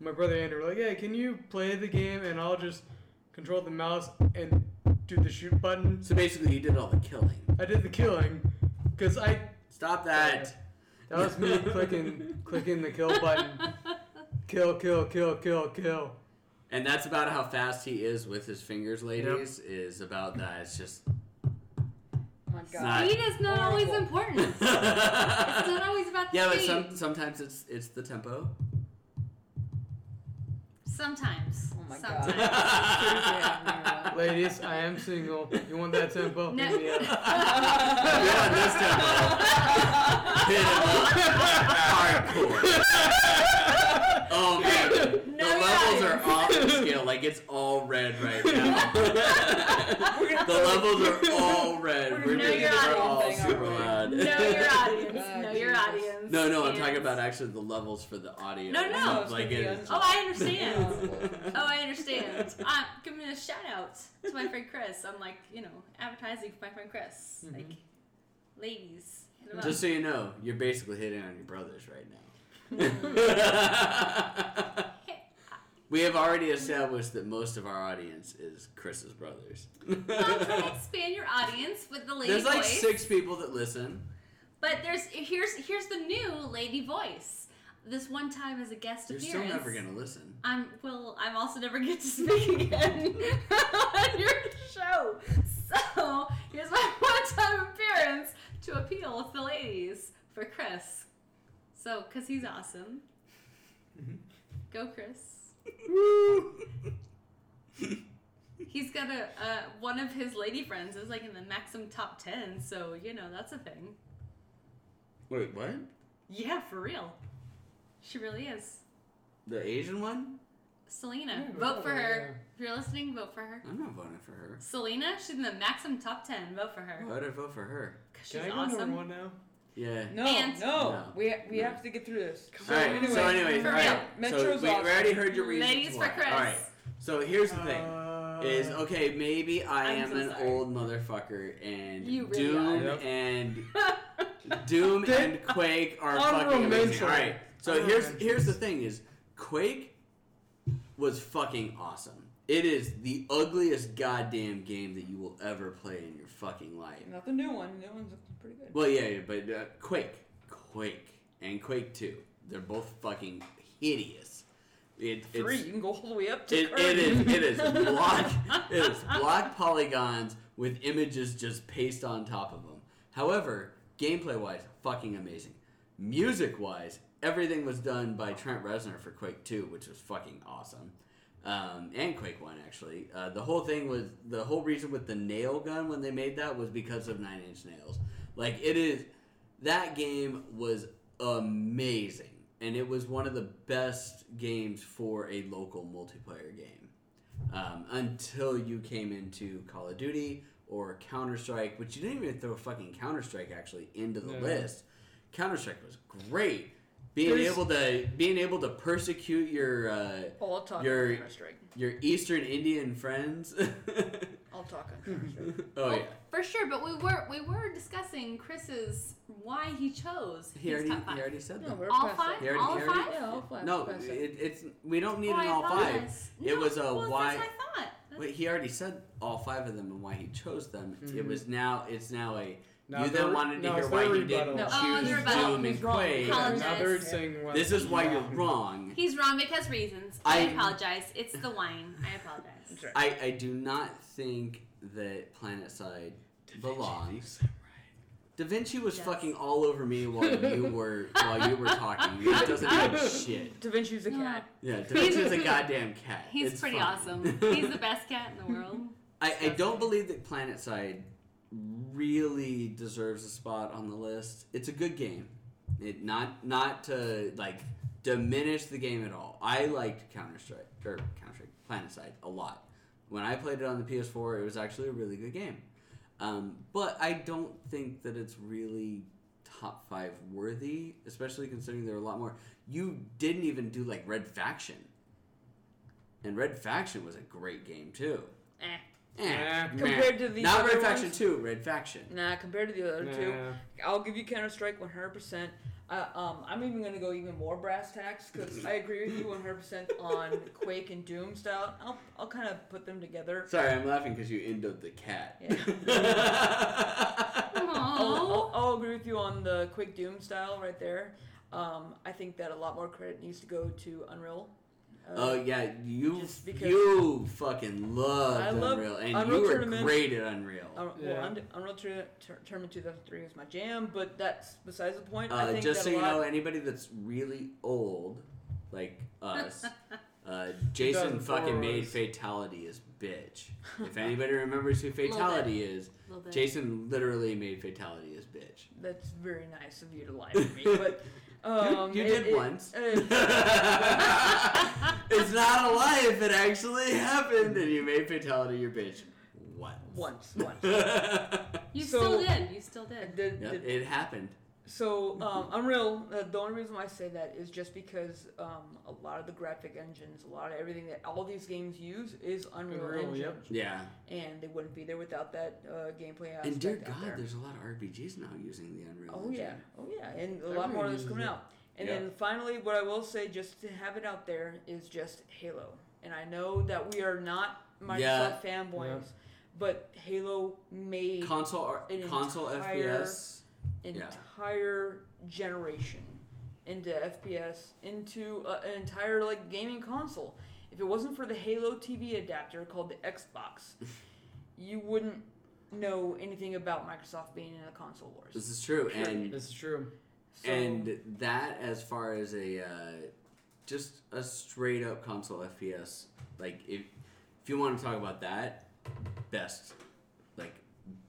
S2: My brother Andrew, like, hey, can you play the game and I'll just control the mouse and do the shoot button.
S3: So basically, you did all the killing.
S2: I did the killing, cause I
S3: Stop that.
S2: that was me clicking clicking the kill button. Kill, kill, kill, kill, kill.
S3: And that's about how fast he is with his fingers, ladies. Is about that. It's just.
S1: oh my
S3: It's
S1: god.
S4: Speed is not always
S1: Horrible.
S4: important. It's not
S3: yeah,
S4: always about the
S3: but
S4: speed.
S3: some, sometimes it's it's the tempo.
S4: Sometimes.
S1: Oh my god.
S4: Sometimes.
S1: Yeah, no.
S2: Ladies, I am single. You want that tempo?
S4: No.
S2: Hit me up.
S3: yeah, this tempo. Hit him up. Hardcore. Oh man, the
S4: No,
S3: levels
S4: yeah.
S3: are off the scale. Like it's all red right now.
S1: We're gonna
S3: the
S1: throw-
S3: levels are all red. We're,
S1: We're
S3: just-
S4: gonna know your
S3: we're all
S1: audience thing,
S3: super loud.
S1: aren't
S4: know your audience.
S1: Oh,
S4: know your
S1: Jesus.
S4: audience.
S3: No, no, I'm talking
S4: Yes.
S3: about actually the levels for the audio.
S4: No, no.
S3: like
S1: Yeah.
S3: it is.
S4: Oh, I understand.
S1: Yeah.
S4: Oh, I understand. I'm giving a shout out to my friend Chris. I'm like, you know, advertising for my friend Chris. Like, ladies. hit him up.
S3: Mm-hmm. Just so you know, you're basically hitting on your brothers right now. we have already established that most of our audience is Chris's brothers.
S4: Well, try to expand your audience with the lady
S3: There's like
S4: voice.
S3: six people that listen.
S4: But there's here's here's the new lady voice. This one time as a guest
S3: You're still
S4: appearance.
S3: never gonna listen.
S4: I'm well. I'm also never get to speak again on your show. So here's my one-time appearance to appeal to the ladies for Chris. So, cause he's awesome. Go, Chris. He's got a uh, one of his lady friends is like in the Maxim top ten, so you know that's a thing.
S3: Wait, what?
S4: Yeah, for real. She really is.
S3: The Asian one?
S4: Selena, vote for her. If you're listening, vote for her.
S3: I'm not voting for her.
S4: Selena, she's in the Maxim top ten. Vote for her.
S3: Why would I vote for her?
S4: Cause
S2: Can
S4: she's
S2: I go number
S4: awesome.
S2: one now?
S3: Yeah.
S1: No,
S4: And-
S1: no,
S3: No.
S1: we we
S3: No.
S1: have to get through this.
S3: all right. so anyway,
S4: for
S3: all right.
S1: real,
S3: so
S1: Metro's
S3: we, we
S1: awesome.
S3: already heard your reasons.
S4: Ladies for
S3: why.
S4: Chris.
S3: All right. So here's the thing.
S2: Uh,
S3: is okay, maybe I
S4: I'm
S3: am
S4: so
S3: an
S4: sorry.
S3: old motherfucker and
S4: You really
S3: Doom
S2: are. Yep.
S3: and Doom
S2: They-
S3: and Quake are
S2: Honorable
S3: fucking amazing.
S2: mention.
S3: All right. So
S2: Honorable
S3: here's
S2: mentions.
S3: here's the thing is Quake was fucking awesome. It is the ugliest goddamn game that you will ever play in your fucking life.
S1: Not the new one. The new one's pretty good.
S3: Well, yeah, yeah but uh, Quake, Quake, and Quake Two, they're both fucking hideous. It, it's-
S1: Three, you can go all the way up to.
S3: it, it is it is block it is block polygons with images just pasted on top of them. However, gameplay wise, fucking amazing. Music wise, everything was done by Trent Reznor for Quake Two, which was fucking awesome. Um, and Quake One actually. Uh, the whole thing was the whole reason with the nail gun when they made that was because of Nine Inch Nails. Like it is that game was amazing and it was one of the best games for a local multiplayer game um, until you came into call of duty or counter-strike which you didn't even throw fucking counter-strike actually into the
S2: No.
S3: list counter-strike was great being
S2: There's-
S3: able to being able to persecute your uh,
S1: I'll talk
S3: You're-
S1: on Counter Strike.
S3: your eastern indian friends
S1: I'll talk on Counter Strike.
S3: oh yeah
S4: Well, For sure, but we were we were discussing Chris's why he chose
S3: he
S4: his
S3: already,
S4: top
S3: he
S4: five.
S3: already said
S1: No,
S3: that
S1: we're
S4: All
S1: past
S4: five?
S1: that.
S3: He already-
S4: all
S3: he already-
S4: five?
S1: Yeah, all five.
S3: no
S1: Past that.
S3: it, it's we don't need
S4: Oh,
S3: an
S4: I
S3: all five
S4: apologize.
S3: It
S4: No,
S3: was a
S4: well,
S3: why-
S4: That's my thought. That's-
S3: Wait, he already said all five of them and why he chose them. It
S2: Mhm.
S3: was now it's now a
S2: Now
S3: you
S2: they're-
S3: then wanted to
S2: now
S3: hear
S2: it's
S3: why
S2: their
S3: he
S2: rebuttal.
S3: didn't
S2: No,
S3: choose
S4: oh, their rebuttal.
S3: Doom and
S1: He's wrong.
S3: Quake.
S1: Yeah,
S2: Yeah,
S4: Apologize.
S2: now they're saying well,
S3: This is why you're
S2: yeah.
S3: wrong.
S4: He's wrong because reasons. I,
S3: I-
S4: apologize. It's the wine. I apologize.
S1: That's right.
S3: I, I do not think that PlanetSide belongs. Da Vinci was
S4: Yes.
S3: fucking all over me while you were while you were talking. He doesn't give a shit.
S1: Da Vinci's a
S4: No.
S1: cat.
S3: Yeah, Da Vinci's a goddamn cat.
S4: He's
S3: It's
S4: pretty
S3: fine.
S4: awesome. He's the best cat in the world.
S3: I, I
S4: Disgusting.
S3: don't believe that PlanetSide really deserves a spot on the list. It's a good game. It not not to like diminish the game at all. I liked Counter Strike or Counter Strike PlanetSide a lot. When I played it on the PS4, it was actually a really good game. Um, but I don't think that it's really top five worthy, especially considering there are a lot more. You didn't even do like Red Faction, and Red Faction was a great game too.
S4: Eh.
S3: Eh,
S2: Nah.
S1: Compared to the
S3: not
S1: other
S3: Red Faction
S1: ones?
S3: Two, Red Faction.
S1: Nah, compared to the other two,
S2: Nah.
S1: I'll give you Counter Strike 100%. Uh, um, I'm even gonna go even more brass tacks because I agree with you 100% on Quake and Doom style. I'll, I'll kind of put them together.
S3: Sorry, I'm laughing because you endowed the cat. Oh,
S1: I'll,
S4: Aww.
S1: I'll, I'll agree with you on the Quake Doom style right there. Um, I think that a lot more credit needs to go to Unreal. Uh,
S3: oh yeah, you
S1: Just because-
S3: you fucking
S1: I
S3: loved
S1: love
S3: Unreal, and
S1: Unreal
S3: you were
S1: Tournament.
S3: great at Unreal.
S1: Un- uh, well,
S2: Yeah.
S1: Un- Unreal Tur- Tur- Tournament 2003 was my jam, but that's besides the point. I
S3: Uh,
S1: think
S3: just so
S1: that a
S3: you
S1: lot,
S3: know, anybody that's really old, like us, uh, Jason
S2: 2004
S3: fucking made
S2: was-
S3: Fatality his bitch. If anybody remembers who
S4: bit.
S3: Fatality is,
S4: Little bit.
S3: Jason literally made Fatality his bitch.
S1: that's very nice of you to lie to me, but um,
S3: you
S1: it-
S3: did
S1: it-
S3: once.
S1: uh,
S3: it's not a lie if it actually happened and you made fatality your bitch. What?
S1: once, once.
S4: You
S1: So-
S4: still did. You still
S1: I
S4: did.
S1: did-
S3: Yeah,
S1: did-
S3: it happened.
S1: So um, Unreal. Uh, the only reason why I say that is just because um, a lot of the graphic engines, a lot of everything that all these games use is Unreal,
S2: Unreal,
S1: Engine,
S2: yep.
S3: Yeah.
S1: and they wouldn't be there without that uh, gameplay aspect.
S3: And dear
S1: out
S3: God,
S1: there.
S3: there's a lot of RPGs now using the Unreal.
S1: Oh
S3: Engine.
S1: yeah, oh yeah, and a lot more of this coming
S2: Everyone uses it.
S1: out. And
S3: Yeah.
S1: then finally, what I will say, just to have it out there, is just Halo. And I know that we are not Microsoft
S3: Yeah.
S1: fanboys, but Halo made
S3: Console ar-
S1: An
S3: console
S1: entire-
S3: FPS. yeah.
S1: entire generation into FPS, into uh, an entire like gaming console. If it wasn't for the Halo TV adapter called the Xbox, you wouldn't know anything about Microsoft being in the console wars.
S3: This is true.
S1: Period.
S3: And
S2: This is true.
S1: So,
S3: and that as far as a uh, just a straight up console fps like if if you want to talk about that best like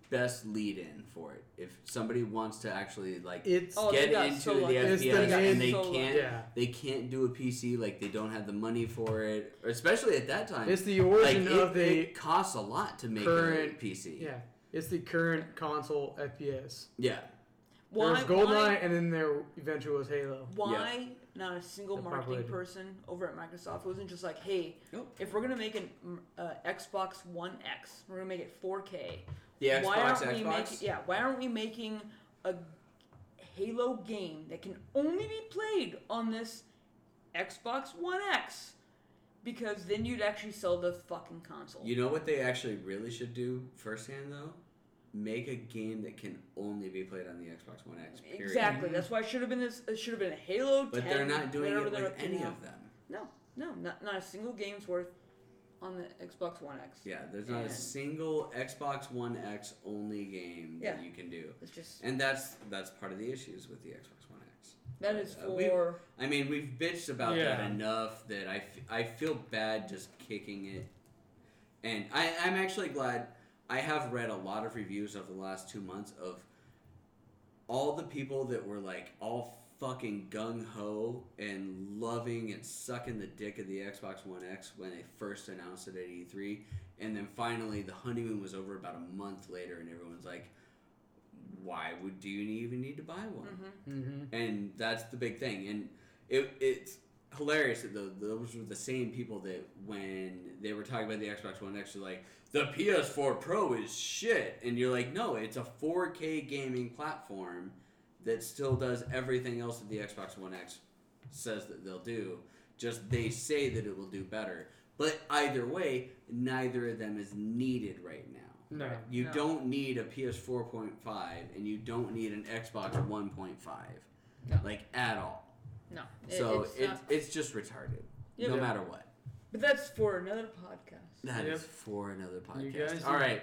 S3: best lead in for it. If somebody wants to actually like
S2: It's
S1: Oh, they
S3: get
S1: got
S3: into
S1: so
S3: the
S1: lucky.
S2: It's the
S3: FPS
S2: main-
S3: and they
S1: so lucky.
S3: can't
S2: yeah.
S3: they can't do a PC like they don't have the money for it, or especially at that time.
S2: It's the
S3: like
S2: origin
S3: it,
S2: of the
S3: it costs a lot to make a
S2: current-
S3: PC.
S2: yeah. It's the current console FPS.
S3: yeah.
S2: There
S1: Why,
S2: was Goldline,
S1: why,
S2: and then there eventually was Halo.
S1: why not a single
S2: The
S1: marketing
S2: population.
S1: person over at Microsoft wasn't just like, hey,
S3: Nope.
S1: if we're gonna make an mm, uh, Xbox One X, we're gonna make it 4K.
S3: The Xbox,
S1: why aren't
S3: Xbox.
S1: we making yeah why aren't we making a halo game that can only be played on this xbox one x because then you'd actually sell the fucking console
S3: You know what they actually really should do firsthand though? Make a game that can only be played on the Xbox One X. Period.
S1: exactly that's why it should have been this it should have been a halo 10
S3: But they're not doing
S1: whatever
S3: it
S1: they're
S3: with
S1: up to
S3: any
S1: now.
S3: of them.
S1: no no not, not a single game's worth on the xbox one x
S3: Yeah, there's not a
S1: And-
S3: single Xbox One X only game that
S1: Yeah.
S3: you can do,
S1: it's just
S3: and that's that's part of the issues with the Xbox One X.
S1: that is
S3: Uh, we-
S1: for
S3: I mean, we've bitched about that
S2: Yeah.
S3: enough that I, f- I feel bad just kicking it. And I, I'm actually glad. I have read a lot of reviews over the last two months of all the people that were like all fucking gung ho and loving and sucking the dick of the Xbox One X when they first announced it at E3. And then finally, the honeymoon was over about a month later, and everyone's like, why would do you even need to buy one?
S1: mhm.
S2: Mm-hmm.
S3: and that's the big thing. And it, it's hilarious that tho- those were the same people that when they were talking about the Xbox One X, they're like the PS4 Pro is shit, and you're like, no, it's a 4K gaming platform that still does everything else that the Xbox One X says that they'll do. Just they say that it will do better. But either way, neither of them is needed right now.
S2: No.
S3: You
S1: No.
S3: don't need a PS4.5 and you don't need an Xbox 1.5.
S1: No.
S3: Like at all.
S1: no it-
S3: so
S1: it's
S3: it's
S1: not-
S3: it's just retarded.
S1: Yeah.
S3: no
S2: Yeah.
S3: matter what.
S1: but that's for another podcast
S3: that is
S2: Yep.
S3: for another
S2: You
S3: podcast.
S2: guys-
S3: all right.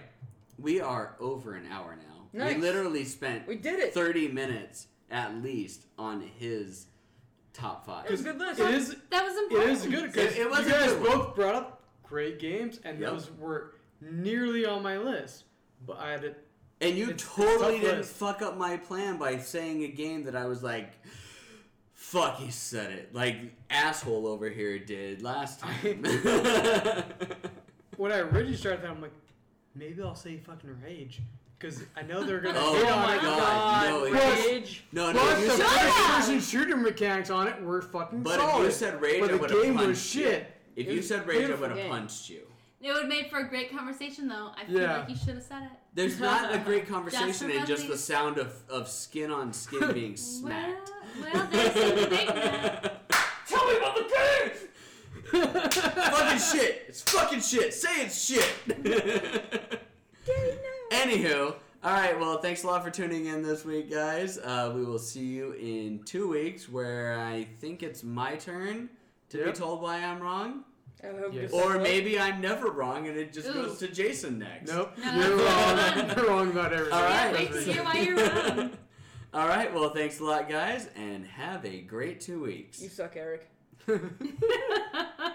S3: We are over an hour now.
S1: Nice.
S3: We literally spent
S1: we did it
S3: 30 minutes at least on his top 5.
S1: it was a good list
S2: It is.
S4: That was
S2: It
S4: important.
S2: is good because
S3: It- it was
S2: you
S3: a
S2: guys
S3: good one.
S2: both brought up great games, and
S3: Yep.
S2: those were nearly on my list. But I had to
S3: And you
S2: It's- it's
S3: totally
S2: tough
S3: didn't
S2: list.
S3: fuck up my plan by saying a game that I was like, fuck, he said it. Like, asshole over here did last time.
S2: when I originally started that, I'm like, maybe I'll say fucking Rage because I know they're gonna.
S3: Oh
S2: hit
S3: my
S2: on it.
S3: God, no, it-
S1: Rage.
S3: no, no,
S2: But
S3: you
S2: the
S3: said,
S2: first-person shooter mechanics on it were fucking
S3: but if
S2: solid.
S3: you said Rage,
S2: but
S3: I
S2: the
S3: would have
S2: game
S3: punched
S2: was shit.
S3: you. If
S2: It
S3: you
S2: was
S3: said Rage, I
S2: beautiful
S3: would have
S1: game.
S3: punched you.
S4: It would have made for a great conversation, though. I feel
S2: Yeah.
S4: like you should have said it.
S3: There's not a great
S4: Just
S3: conversation in just
S4: remember-
S3: the sound of, of skin on skin being smacked.
S4: Well, well, there's the big man.
S3: Tell me about the game! fucking shit! It's fucking shit! Say it's shit! Anywho, all right. Well, thanks a lot for tuning in this week, guys. Uh, we will see you in two weeks, where I think it's my turn to
S2: Yep.
S3: be told why I'm wrong,
S1: I hope
S2: Yes.
S1: this
S3: or
S1: is-
S3: maybe I'm never wrong, and it just
S4: Ooh.
S3: goes to Jason next.
S2: Nope,
S4: No,
S2: you're
S4: that's
S2: wrong.
S4: fine.
S2: you're wrong about everything.
S3: All
S4: Yeah,
S3: right.
S4: wait to hear why you're wrong.
S3: all right. Well, thanks a lot, guys, and have a great two weeks.
S1: You suck, Eric.
S4: Ha ha ha.